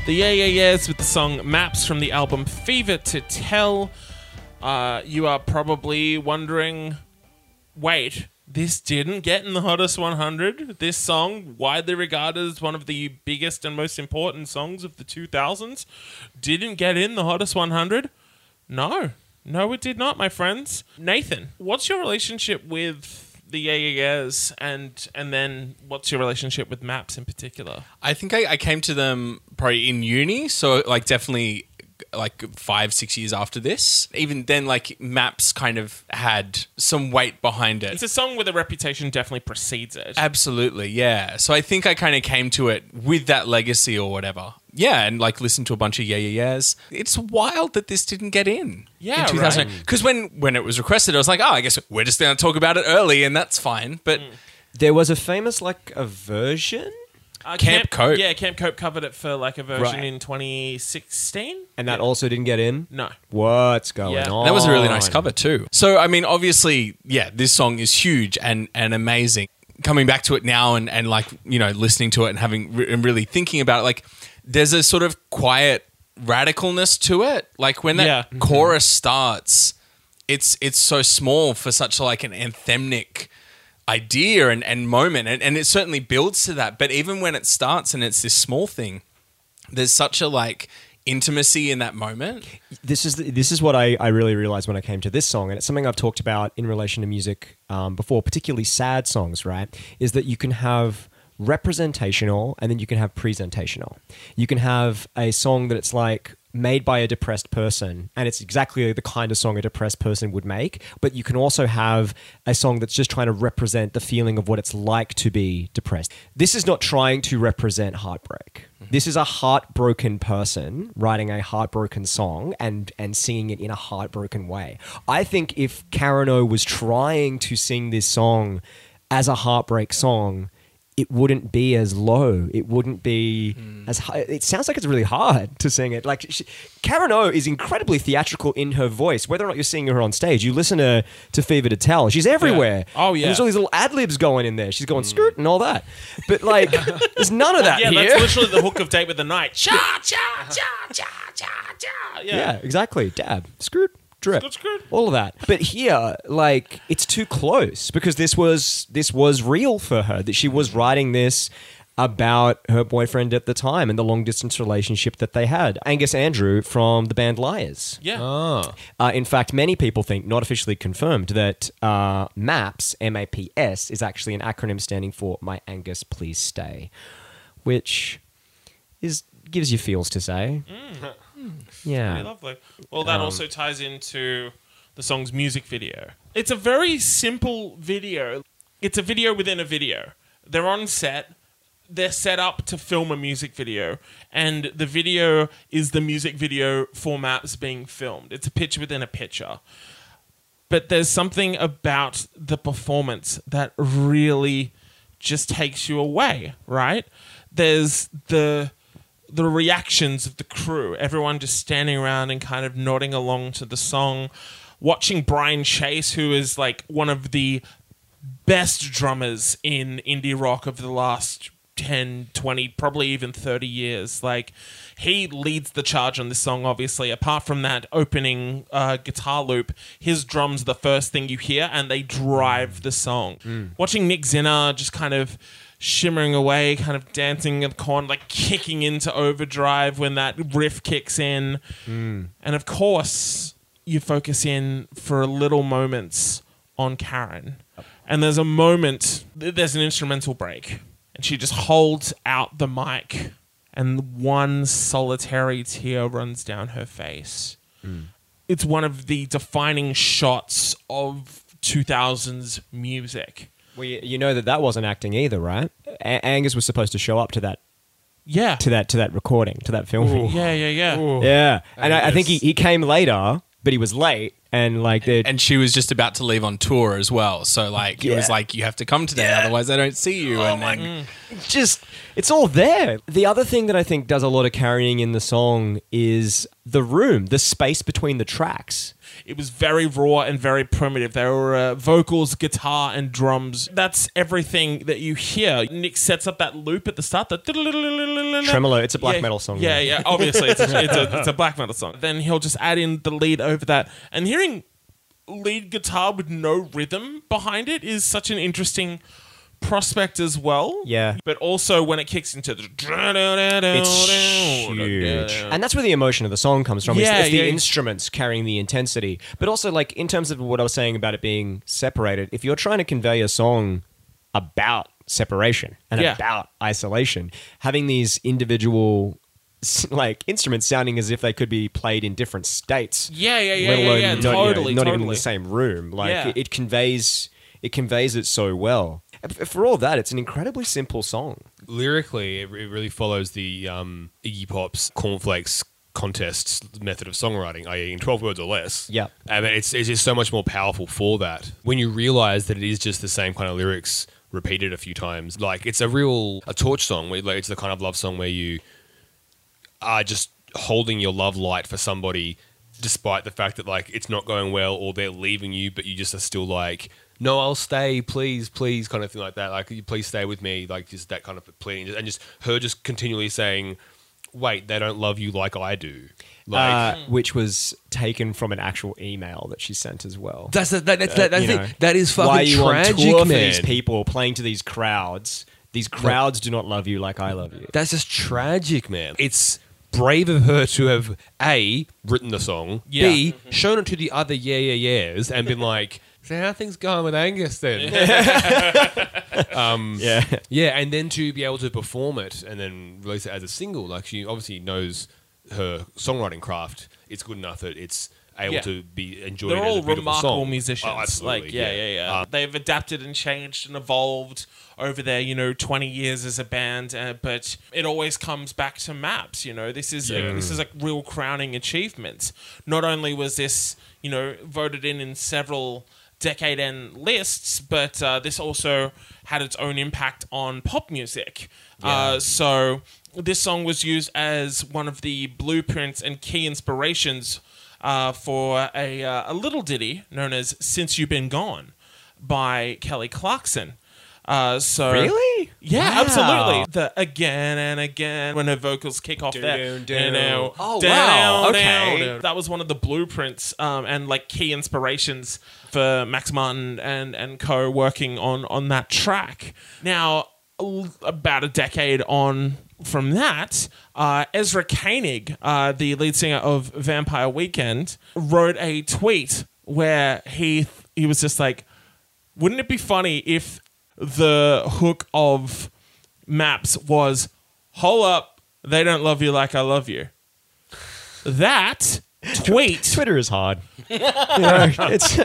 [SPEAKER 1] Yeah Yeah Yeahs with the song Maps from the album Fever to Tell. Uh, you are probably wondering wait, this didn't get in the hottest 100? This song, widely regarded as one of the biggest and most important songs of the 2000s, didn't get in the hottest 100? No. No, it did not, my friends. Nathan, what's your relationship with the Yeah Yeah Yeahs and, and then what's your relationship with Maps in particular?
[SPEAKER 3] I think I, I came to them probably in uni, so like definitely like five, six years after this. Even then, like maps kind of had some weight behind it.
[SPEAKER 1] It's a song with a reputation definitely precedes it.
[SPEAKER 3] Absolutely, yeah. So I think I kind of came to it with that legacy or whatever. Yeah, and like listened to a bunch of yeah yeah yeahs. It's wild that this didn't get in.
[SPEAKER 1] Yeah,
[SPEAKER 3] in Because when when it was requested, I was like, oh, I guess we're just going to talk about it early, and that's fine. But
[SPEAKER 5] There was a famous like a version,
[SPEAKER 1] Uh,
[SPEAKER 3] Camp Cope.
[SPEAKER 1] Yeah, Camp Cope covered it for like a version
[SPEAKER 5] Right.
[SPEAKER 1] in 2016.
[SPEAKER 5] and that also didn't get in.
[SPEAKER 1] No.
[SPEAKER 5] What's going
[SPEAKER 1] Yeah.
[SPEAKER 5] on?
[SPEAKER 3] That was a really nice cover too. So I mean, obviously, yeah, this song is huge and and amazing. Coming back to it now and and like you know listening to it and having re- and really thinking about it, like there's a sort of quiet radicalness to it. Like when that Mm-hmm.
[SPEAKER 1] Yeah.
[SPEAKER 3] chorus starts, it's it's so small for such like an anthemic idea and, and moment and, and it certainly builds to that but even when it starts and it's this small thing there's such a like intimacy in that moment
[SPEAKER 5] this is the, this is what I, I really realized when I came to this song, and it's something I've talked about in relation to music um, before, particularly sad songs. Right, is that you can have representational and then you can have presentational. You can have a song that it's like made by a depressed person and it's exactly the kind of song a depressed person would make but you can also have a song that's just trying to represent the feeling of what it's like to be depressed this is not trying to represent heartbreak this is a heartbroken person writing a heartbroken song and and singing it in a heartbroken way. I think if Karen O was trying to sing this song as a heartbreak song, it wouldn't be as low. It wouldn't be
[SPEAKER 1] Hmm.
[SPEAKER 5] as high. It sounds like it's really hard to sing it. Like she, Karen O is incredibly theatrical in her voice, whether or not you're seeing her on stage. You listen to to Fever to Tell, she's everywhere.
[SPEAKER 1] Oh,
[SPEAKER 5] And
[SPEAKER 1] yeah. Hmm.
[SPEAKER 5] there's all these little ad libs going in there. She's going skirt and all that, but like there's none of that
[SPEAKER 1] Yeah,
[SPEAKER 5] here.
[SPEAKER 1] that's literally the hook of Date with the Night. Cha cha cha cha cha cha. Yeah.
[SPEAKER 5] Yeah, exactly. Dab, screwed, drip,
[SPEAKER 1] Scoot, scoot.
[SPEAKER 5] all of that. But here, like, it's too close because this was this was real for her that she was writing this about her boyfriend at the time and the long distance relationship that they had. Angus Andrew from the band Liars.
[SPEAKER 1] Yeah.
[SPEAKER 2] Ah.
[SPEAKER 5] Uh, in fact, many people think, not officially confirmed, that uh, MAPS, M A P S, is actually an acronym standing for My Angus Please Stay, which is gives you feels to say. Mm.
[SPEAKER 1] Pretty
[SPEAKER 5] Yeah.
[SPEAKER 1] lovely. Well, that
[SPEAKER 5] Um,
[SPEAKER 1] also ties into the song's music video. It's a very simple video. It's a video within a video. They're on set. They're set up to film a music video, and the video is the music video for maps being filmed. It's a picture within a picture. But there's something about the performance that really just takes you away, right? There's the the reactions of the crew, everyone just standing around and kind of nodding along to the song, watching Brian Chase, who is like one of the best drummers in indie rock of the last 10, 20, probably even 30 years. Like, he leads the charge on this song, obviously. Apart from that opening uh, guitar loop, his drums are the first thing you hear and they drive the song. Watching Nick Zinner just kind of shimmering away, kind of dancing in the corner, like kicking into overdrive when that riff kicks in. And of course, you focus in for little moments on Karen. And there's a moment, th- there's an instrumental break, and she just holds out the mic, and one solitary tear runs down her face. It's one of the defining shots of 2000s music.
[SPEAKER 5] Well, you, you know that that wasn't acting either, right? A- Angus was supposed to show up to that
[SPEAKER 1] Yeah.
[SPEAKER 5] to that to that recording to that filming.
[SPEAKER 1] yeah, yeah, yeah.
[SPEAKER 5] Yeah, and I, I think he, he came later, but he was late, and like they're
[SPEAKER 3] And she was just about to leave on tour as well. So, like, it was
[SPEAKER 5] Yeah.
[SPEAKER 3] like, you have to come today, otherwise, they don't see you. and then,
[SPEAKER 5] just it's all there. The other thing that I think does a lot of carrying in the song is the room, the space between the tracks.
[SPEAKER 1] It was very raw and very primitive. There were uh, vocals, guitar, and drums. That's everything that you hear. Nick sets up that loop at the start. The
[SPEAKER 5] Tremolo, it's a black
[SPEAKER 1] Yeah,
[SPEAKER 5] metal song,
[SPEAKER 1] Yeah,
[SPEAKER 5] yeah.
[SPEAKER 1] yeah. Obviously, it's a, it's, a, it's a black metal song. Then he'll just add in the lead over that. And hearing lead guitar with no rhythm behind it is such an interesting prospect as well.
[SPEAKER 5] Yeah.
[SPEAKER 1] But also when it kicks into the
[SPEAKER 5] It's huge. And that's where the emotion of the song comes from.
[SPEAKER 1] Yeah,
[SPEAKER 5] Yeah, it's the
[SPEAKER 1] yeah.
[SPEAKER 5] instruments carrying the intensity. But also, like, in terms of what I was saying about it being separated, if you're trying to convey a song about separation and
[SPEAKER 1] Yeah.
[SPEAKER 5] about isolation, having these individual, s- like, instruments sounding as if they could be played in different states.
[SPEAKER 1] Yeah, yeah, yeah,
[SPEAKER 5] let
[SPEAKER 1] yeah,
[SPEAKER 5] alone
[SPEAKER 1] yeah,
[SPEAKER 5] not, you know,
[SPEAKER 1] totally,
[SPEAKER 5] not even in
[SPEAKER 1] totally.
[SPEAKER 5] the same room. Like
[SPEAKER 1] Yeah.
[SPEAKER 5] it, it conveys it conveys it so well. And f- For all that, it's an incredibly simple song.
[SPEAKER 2] lyrically, it, it really follows the um, Iggy Pop's cornflakes contests method of songwriting, i.e., in twelve words or less.
[SPEAKER 5] Yep.
[SPEAKER 2] I mean, it's it's just so much more powerful for that when you realize that it is just the same kind of lyrics repeated a few times. Like it's a real a torch song. Where, like, it's the kind of love song where you are just holding your love light for somebody despite the fact that like it's not going well or they're leaving you but you just are still like no i'll stay please please kind of thing like that like you please stay with me like just that kind of pleading and just her just continually saying wait they don't love you like i do like
[SPEAKER 5] uh, which was taken from an actual email that she sent as well.
[SPEAKER 2] that's that, that's that, that's
[SPEAKER 5] uh, You
[SPEAKER 2] the-
[SPEAKER 5] know,
[SPEAKER 2] that is fucking
[SPEAKER 5] Why are you
[SPEAKER 2] tragic
[SPEAKER 5] on tour for
[SPEAKER 2] man
[SPEAKER 5] these people playing to these crowds? These crowds do not love you like I love you.
[SPEAKER 2] that's just tragic man it's brave of her to have a written the song b
[SPEAKER 1] Mm-hmm.
[SPEAKER 2] shown it to the other yeah yeah yeahs and been like so how things going with angus then
[SPEAKER 5] Yeah,
[SPEAKER 2] Yeah, and then to be able to perform it and then release it as a single, like she obviously knows her songwriting craft. It's good enough that it's able
[SPEAKER 1] Yeah.
[SPEAKER 2] to be enjoyed.
[SPEAKER 1] They're
[SPEAKER 2] as
[SPEAKER 1] all
[SPEAKER 2] a beautiful
[SPEAKER 1] remarkable
[SPEAKER 2] song.
[SPEAKER 1] musicians.
[SPEAKER 2] Oh, absolutely, Uh,
[SPEAKER 1] like, yeah, yeah, yeah. They've adapted and changed and evolved over their, you know, twenty years as a band. Uh, but it always comes back to Maps. You know, this is a, this is a real crowning achievement. Not only was this, you know, voted in in several decade end lists, but uh, this also had its own impact on pop music. Uh, so. This song was used as one of the blueprints and key inspirations uh, for a, uh, a little ditty known as Since You've Been Gone by Kelly Clarkson. Uh, so
[SPEAKER 5] Really?
[SPEAKER 1] yeah,
[SPEAKER 5] Wow.
[SPEAKER 1] absolutely. The again and again when her vocals kick off there.
[SPEAKER 5] Down,
[SPEAKER 1] You
[SPEAKER 5] down.
[SPEAKER 1] know,
[SPEAKER 5] Oh,
[SPEAKER 1] down,
[SPEAKER 5] wow.
[SPEAKER 1] down,
[SPEAKER 5] Okay.
[SPEAKER 1] down. That was one of the blueprints um, and like key inspirations for Max Martin and and co working on on that track. Now, l- about a decade on from that, uh, Ezra Koenig, uh, the lead singer of Vampire Weekend, wrote a tweet where he he was just like, "Wouldn't it be funny if the hook of Maps was, hold up, they don't love you like I love you." That tweet
[SPEAKER 5] Twitter is hard. You know, it's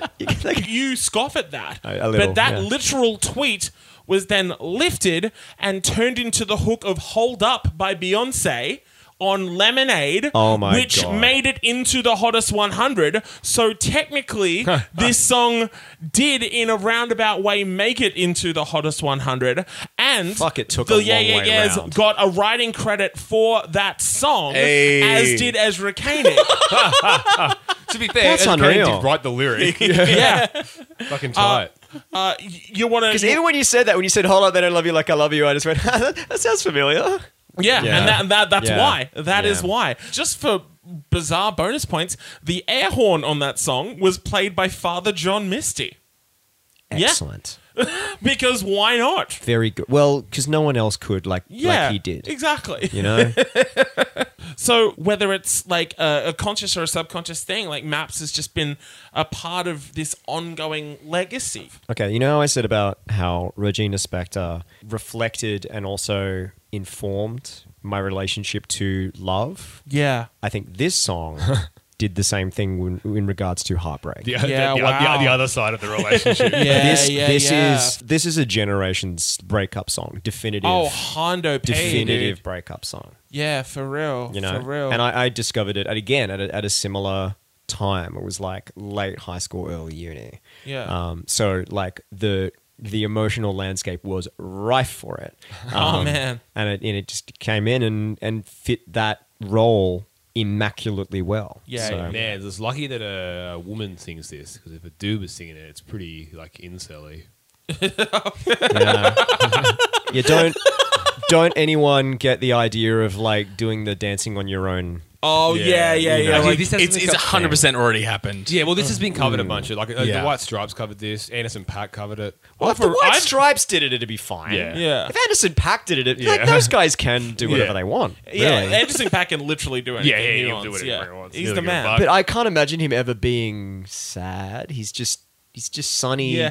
[SPEAKER 5] like,
[SPEAKER 1] you scoff at that.
[SPEAKER 5] a little,
[SPEAKER 1] but that
[SPEAKER 5] yeah.
[SPEAKER 1] literal tweet was then lifted and turned into the hook of Hold Up by Beyonce on Lemonade,
[SPEAKER 5] Oh my
[SPEAKER 1] which
[SPEAKER 5] God.
[SPEAKER 1] made it into the Hottest 100. So technically, this song did, in a roundabout way, make it into the Hottest 100. And
[SPEAKER 5] Fuck, it took
[SPEAKER 1] the
[SPEAKER 5] a
[SPEAKER 1] Yeah
[SPEAKER 5] long
[SPEAKER 1] Yeah
[SPEAKER 5] way
[SPEAKER 1] Yeahs
[SPEAKER 5] round.
[SPEAKER 1] got a writing credit for that song,
[SPEAKER 3] Hey.
[SPEAKER 1] as did Ezra Koenig.
[SPEAKER 2] To be fair,
[SPEAKER 5] That's
[SPEAKER 2] Ed Kane
[SPEAKER 5] unreal.
[SPEAKER 2] Did write the lyric,
[SPEAKER 1] yeah.
[SPEAKER 2] fucking tight.
[SPEAKER 1] Uh, y- you want
[SPEAKER 5] because
[SPEAKER 1] to.
[SPEAKER 5] even when you said that, when you said "Hold up, they don't love you like I love you," I just went, "That sounds familiar."
[SPEAKER 1] Yeah,
[SPEAKER 5] Yeah.
[SPEAKER 1] and that, that that's
[SPEAKER 5] Yeah.
[SPEAKER 1] why. That is
[SPEAKER 5] Yeah.
[SPEAKER 1] why. Just for bizarre bonus points, the air horn on that song was played by Father John Misty. Yeah.
[SPEAKER 5] Excellent.
[SPEAKER 1] Because why not?
[SPEAKER 5] Very good. Well, because no one else could like
[SPEAKER 1] Yeah,
[SPEAKER 5] like he did.
[SPEAKER 1] exactly.
[SPEAKER 5] You know,
[SPEAKER 1] So whether it's like a, a conscious or a subconscious thing, like Maps has just been a part of this ongoing legacy.
[SPEAKER 5] Okay, you know how I said about how Regina Spektor reflected and also informed my relationship to love?
[SPEAKER 1] Yeah,
[SPEAKER 5] I think this song did the same thing when, in regards to heartbreak.
[SPEAKER 2] The,
[SPEAKER 1] Yeah,
[SPEAKER 2] the, the,
[SPEAKER 1] wow.
[SPEAKER 2] the, the other side of the relationship.
[SPEAKER 1] yeah,
[SPEAKER 5] This, this is this is a generation's breakup song, definitive,
[SPEAKER 1] oh Hondo P,
[SPEAKER 5] definitive
[SPEAKER 1] dude.
[SPEAKER 5] breakup song.
[SPEAKER 1] Yeah, for real.
[SPEAKER 5] You know,
[SPEAKER 1] for real.
[SPEAKER 5] and I, I discovered it at, again at a, at a similar time. It was like late high school, early uni.
[SPEAKER 1] Yeah.
[SPEAKER 5] Um, so like the the emotional landscape was rife for it.
[SPEAKER 1] Oh,
[SPEAKER 5] Um,
[SPEAKER 1] man.
[SPEAKER 5] And it and it just came in and and fit that role immaculately well.
[SPEAKER 1] Yeah,
[SPEAKER 5] So-
[SPEAKER 2] Man, it's lucky that a woman sings this because if a dude was singing it, it's pretty like incelly.
[SPEAKER 5] Yeah. you don't don't anyone get the idea of like doing the dancing on your own.
[SPEAKER 3] Oh yeah, yeah, yeah.
[SPEAKER 2] you know. Actually,
[SPEAKER 3] like,
[SPEAKER 2] this doesn't
[SPEAKER 3] it's
[SPEAKER 2] make
[SPEAKER 3] it's
[SPEAKER 2] up-
[SPEAKER 3] hundred percent already happened.
[SPEAKER 2] Yeah, well, this has been
[SPEAKER 5] Mm.
[SPEAKER 2] covered a bunch of like uh,
[SPEAKER 3] Yeah.
[SPEAKER 2] the White Stripes covered this, Anderson Pack covered it.
[SPEAKER 5] Well, if the
[SPEAKER 1] for-
[SPEAKER 5] White
[SPEAKER 1] I've-
[SPEAKER 5] Stripes did it, it'd be fine.
[SPEAKER 2] Yeah.
[SPEAKER 1] Yeah.
[SPEAKER 5] If Anderson Pack did it, it'd, like
[SPEAKER 2] Yeah.
[SPEAKER 5] those guys can do whatever
[SPEAKER 2] Yeah.
[SPEAKER 5] they want. Really.
[SPEAKER 1] Yeah, Anderson Pack can literally do anything
[SPEAKER 2] Yeah, yeah,
[SPEAKER 1] he
[SPEAKER 2] he'll
[SPEAKER 1] wants.
[SPEAKER 2] do whatever
[SPEAKER 1] yeah.
[SPEAKER 2] he wants.
[SPEAKER 1] He's
[SPEAKER 2] He'll
[SPEAKER 1] the
[SPEAKER 2] give a
[SPEAKER 1] man.
[SPEAKER 2] fuck.
[SPEAKER 5] but I can't imagine him ever being sad. He's just he's just sunny.
[SPEAKER 1] Yeah.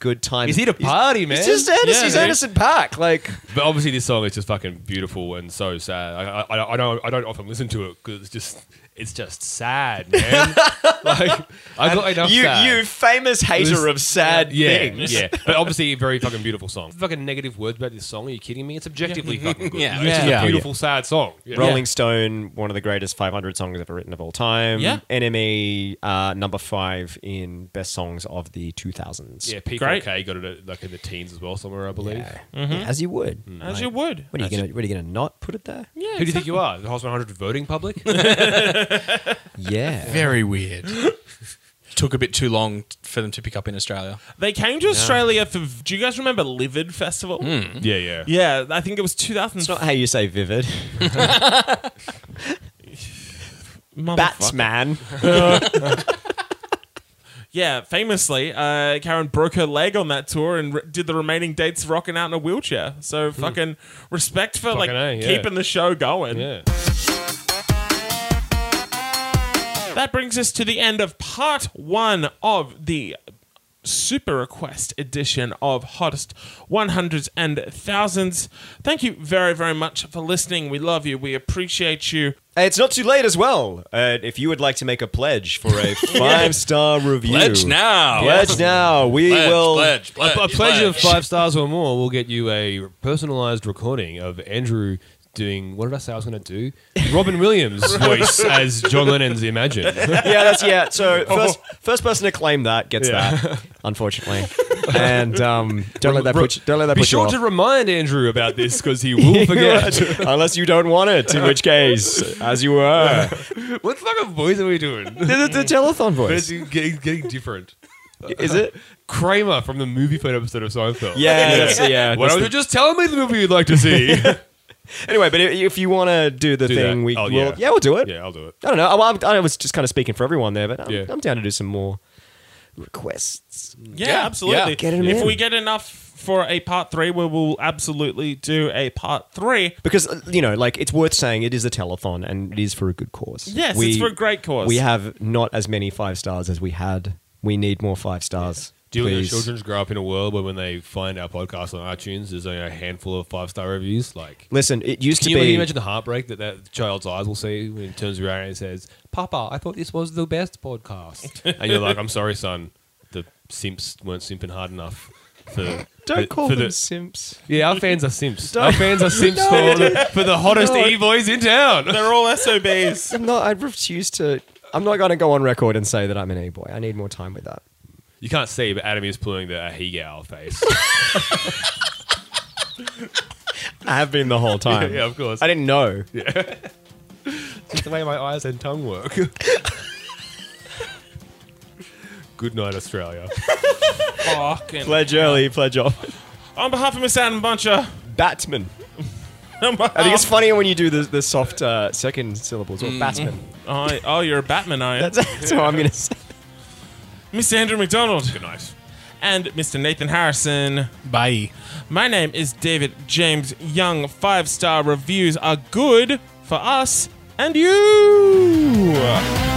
[SPEAKER 5] Good time.
[SPEAKER 2] Is he a party, man?
[SPEAKER 5] He's just Anderson,
[SPEAKER 1] Yeah,
[SPEAKER 5] he's
[SPEAKER 1] dude.
[SPEAKER 5] Anderson Pack. Like
[SPEAKER 2] But obviously, this song is just fucking beautiful and so sad. I, I, I don't I don't often listen to it because it's just it's just sad, man. like I got enough.
[SPEAKER 5] you,
[SPEAKER 2] sad.
[SPEAKER 5] you famous hater
[SPEAKER 2] This-
[SPEAKER 5] of sad
[SPEAKER 2] yeah,
[SPEAKER 5] things.
[SPEAKER 2] yeah. But obviously, a very fucking beautiful song. Fucking negative words about this song? Are you kidding me? It's objectively fucking good.
[SPEAKER 3] Yeah.
[SPEAKER 2] It's just
[SPEAKER 5] Yeah.
[SPEAKER 2] a beautiful, sad song. Yeah.
[SPEAKER 5] Rolling Stone, one of the greatest 500 songs ever written of all time.
[SPEAKER 1] Yeah.
[SPEAKER 5] NME, uh, number five in best songs of the 2000s.
[SPEAKER 2] Yeah, P4K
[SPEAKER 1] Great.
[SPEAKER 2] got it at, like in the teens as well somewhere, I believe.
[SPEAKER 5] Yeah.
[SPEAKER 2] Mm-hmm.
[SPEAKER 5] As you would.
[SPEAKER 2] Mm.
[SPEAKER 1] As you would.
[SPEAKER 5] What are you gonna? What are you gonna not put it there?
[SPEAKER 1] Yeah,
[SPEAKER 2] Who do you think you are? The House 100 voting public?
[SPEAKER 5] Yeah.
[SPEAKER 3] Very weird. Took a bit too long t- for them to pick up in Australia.
[SPEAKER 1] They came to Australia for. Do you guys remember Livid Festival?
[SPEAKER 2] yeah, yeah.
[SPEAKER 1] Yeah, I think it was 2000.
[SPEAKER 5] It's not how you say vivid. Batsman.
[SPEAKER 1] Yeah, famously, uh, Karen broke her leg on that tour and re- did the remaining dates rocking out in a wheelchair. So fucking respect for like
[SPEAKER 2] Fucking A, yeah.
[SPEAKER 1] keeping the show going.
[SPEAKER 2] Yeah.
[SPEAKER 1] That brings us to the end of part one of the super request edition of Hottest 100s and Thousands. Thank you very, very much for listening. We love you. We appreciate you.
[SPEAKER 5] Uh, It's not too late as well. Uh, if you would like to make a pledge for a five star review,
[SPEAKER 3] Pledge now.
[SPEAKER 5] Pledge now. We
[SPEAKER 3] Pledge,
[SPEAKER 5] will.
[SPEAKER 3] pledge, pledge,
[SPEAKER 2] A, a pleasure of
[SPEAKER 3] pledge.
[SPEAKER 2] five stars or more will get you a personalized recording of Andrew doing, what did I say I was going to do? Robin Williams' voice as John Lennon's Imagine.
[SPEAKER 5] Yeah, that's yeah. So
[SPEAKER 2] Oh.
[SPEAKER 5] first, first person to claim that gets that. Unfortunately, and um, don't let that put you, don't let that
[SPEAKER 2] Be
[SPEAKER 5] put
[SPEAKER 2] sure
[SPEAKER 5] you
[SPEAKER 2] to
[SPEAKER 5] off.
[SPEAKER 2] remind Andrew about this because he will forget.
[SPEAKER 5] Unless you don't want it, in which case, as you were,
[SPEAKER 2] what fucking voice are we doing?
[SPEAKER 5] the, the telethon
[SPEAKER 2] it's
[SPEAKER 5] voice
[SPEAKER 2] getting, getting different.
[SPEAKER 5] is it?
[SPEAKER 2] Kramer from the movie phone episode of Seinfeld.
[SPEAKER 5] Yeah, that's, yeah.
[SPEAKER 2] Why
[SPEAKER 5] that's
[SPEAKER 2] don't
[SPEAKER 5] the-
[SPEAKER 2] you just tell me the movie you'd like to see?
[SPEAKER 5] anyway, but i- if you want to do the
[SPEAKER 2] Do
[SPEAKER 5] thing,
[SPEAKER 2] that.
[SPEAKER 5] we
[SPEAKER 2] Oh,
[SPEAKER 5] will.
[SPEAKER 2] yeah.
[SPEAKER 5] Yeah. we'll do it.
[SPEAKER 2] yeah, I'll do it.
[SPEAKER 5] I don't know. I, I was just kind of speaking for everyone there, but I'm,
[SPEAKER 2] Yeah.
[SPEAKER 5] I'm down to do some more requests.
[SPEAKER 1] Yeah,
[SPEAKER 3] Yeah,
[SPEAKER 1] absolutely.
[SPEAKER 3] yeah.
[SPEAKER 5] Get 'em
[SPEAKER 1] if
[SPEAKER 5] in.
[SPEAKER 1] we get enough for a part three, we will absolutely do a part three.
[SPEAKER 5] Because uh, you know, like it's worth saying, it is a telethon, and it is for a good cause.
[SPEAKER 1] Yes, it's for a great cause.
[SPEAKER 5] We have not as many five stars as we had. We need more five stars.
[SPEAKER 2] Do your
[SPEAKER 5] please.
[SPEAKER 2] children grow up in a world where when they find our podcast on iTunes, there's only a handful of five star reviews? Like,
[SPEAKER 5] Listen, it used
[SPEAKER 2] can
[SPEAKER 5] to
[SPEAKER 2] you, can
[SPEAKER 5] be.
[SPEAKER 2] you imagine the heartbreak that that child's eyes will see when it turns around and says, "Papa, I thought this was the best podcast," and you're like, "I'm sorry, son, the simps weren't simping hard enough." For,
[SPEAKER 5] don't
[SPEAKER 2] for-
[SPEAKER 5] call
[SPEAKER 2] for
[SPEAKER 5] them
[SPEAKER 2] the-
[SPEAKER 5] simps.
[SPEAKER 2] yeah, our fans are simps. Our fans are simps for, the, for the hottest e boys in town.
[SPEAKER 1] They're all SOBs.
[SPEAKER 5] I'm not. I refuse to. I'm not going to go on record and say that I'm an e boy. I need more time with that.
[SPEAKER 2] You can't see, but Adam is pulling the Ahigal face.
[SPEAKER 5] I have been the whole time.
[SPEAKER 2] yeah, of course.
[SPEAKER 5] I didn't know.
[SPEAKER 2] the way my eyes and tongue work. Good night, Australia.
[SPEAKER 1] Fucking-
[SPEAKER 5] Pledge early, pledge off.
[SPEAKER 1] On behalf of Miss Adam Buncher,
[SPEAKER 5] Batsman.
[SPEAKER 1] on behalf-
[SPEAKER 5] I think it's funnier when you do the, the soft uh, second syllables or batsman.
[SPEAKER 1] oh, oh, you're a Batman, are you?
[SPEAKER 5] Mm. That's, that's what I'm going to say.
[SPEAKER 1] Miss Andrew McDonald. Good night. And Mr. Nathan Harrison.
[SPEAKER 3] Bye.
[SPEAKER 1] My name is David James Young. Five star reviews are good for us and you.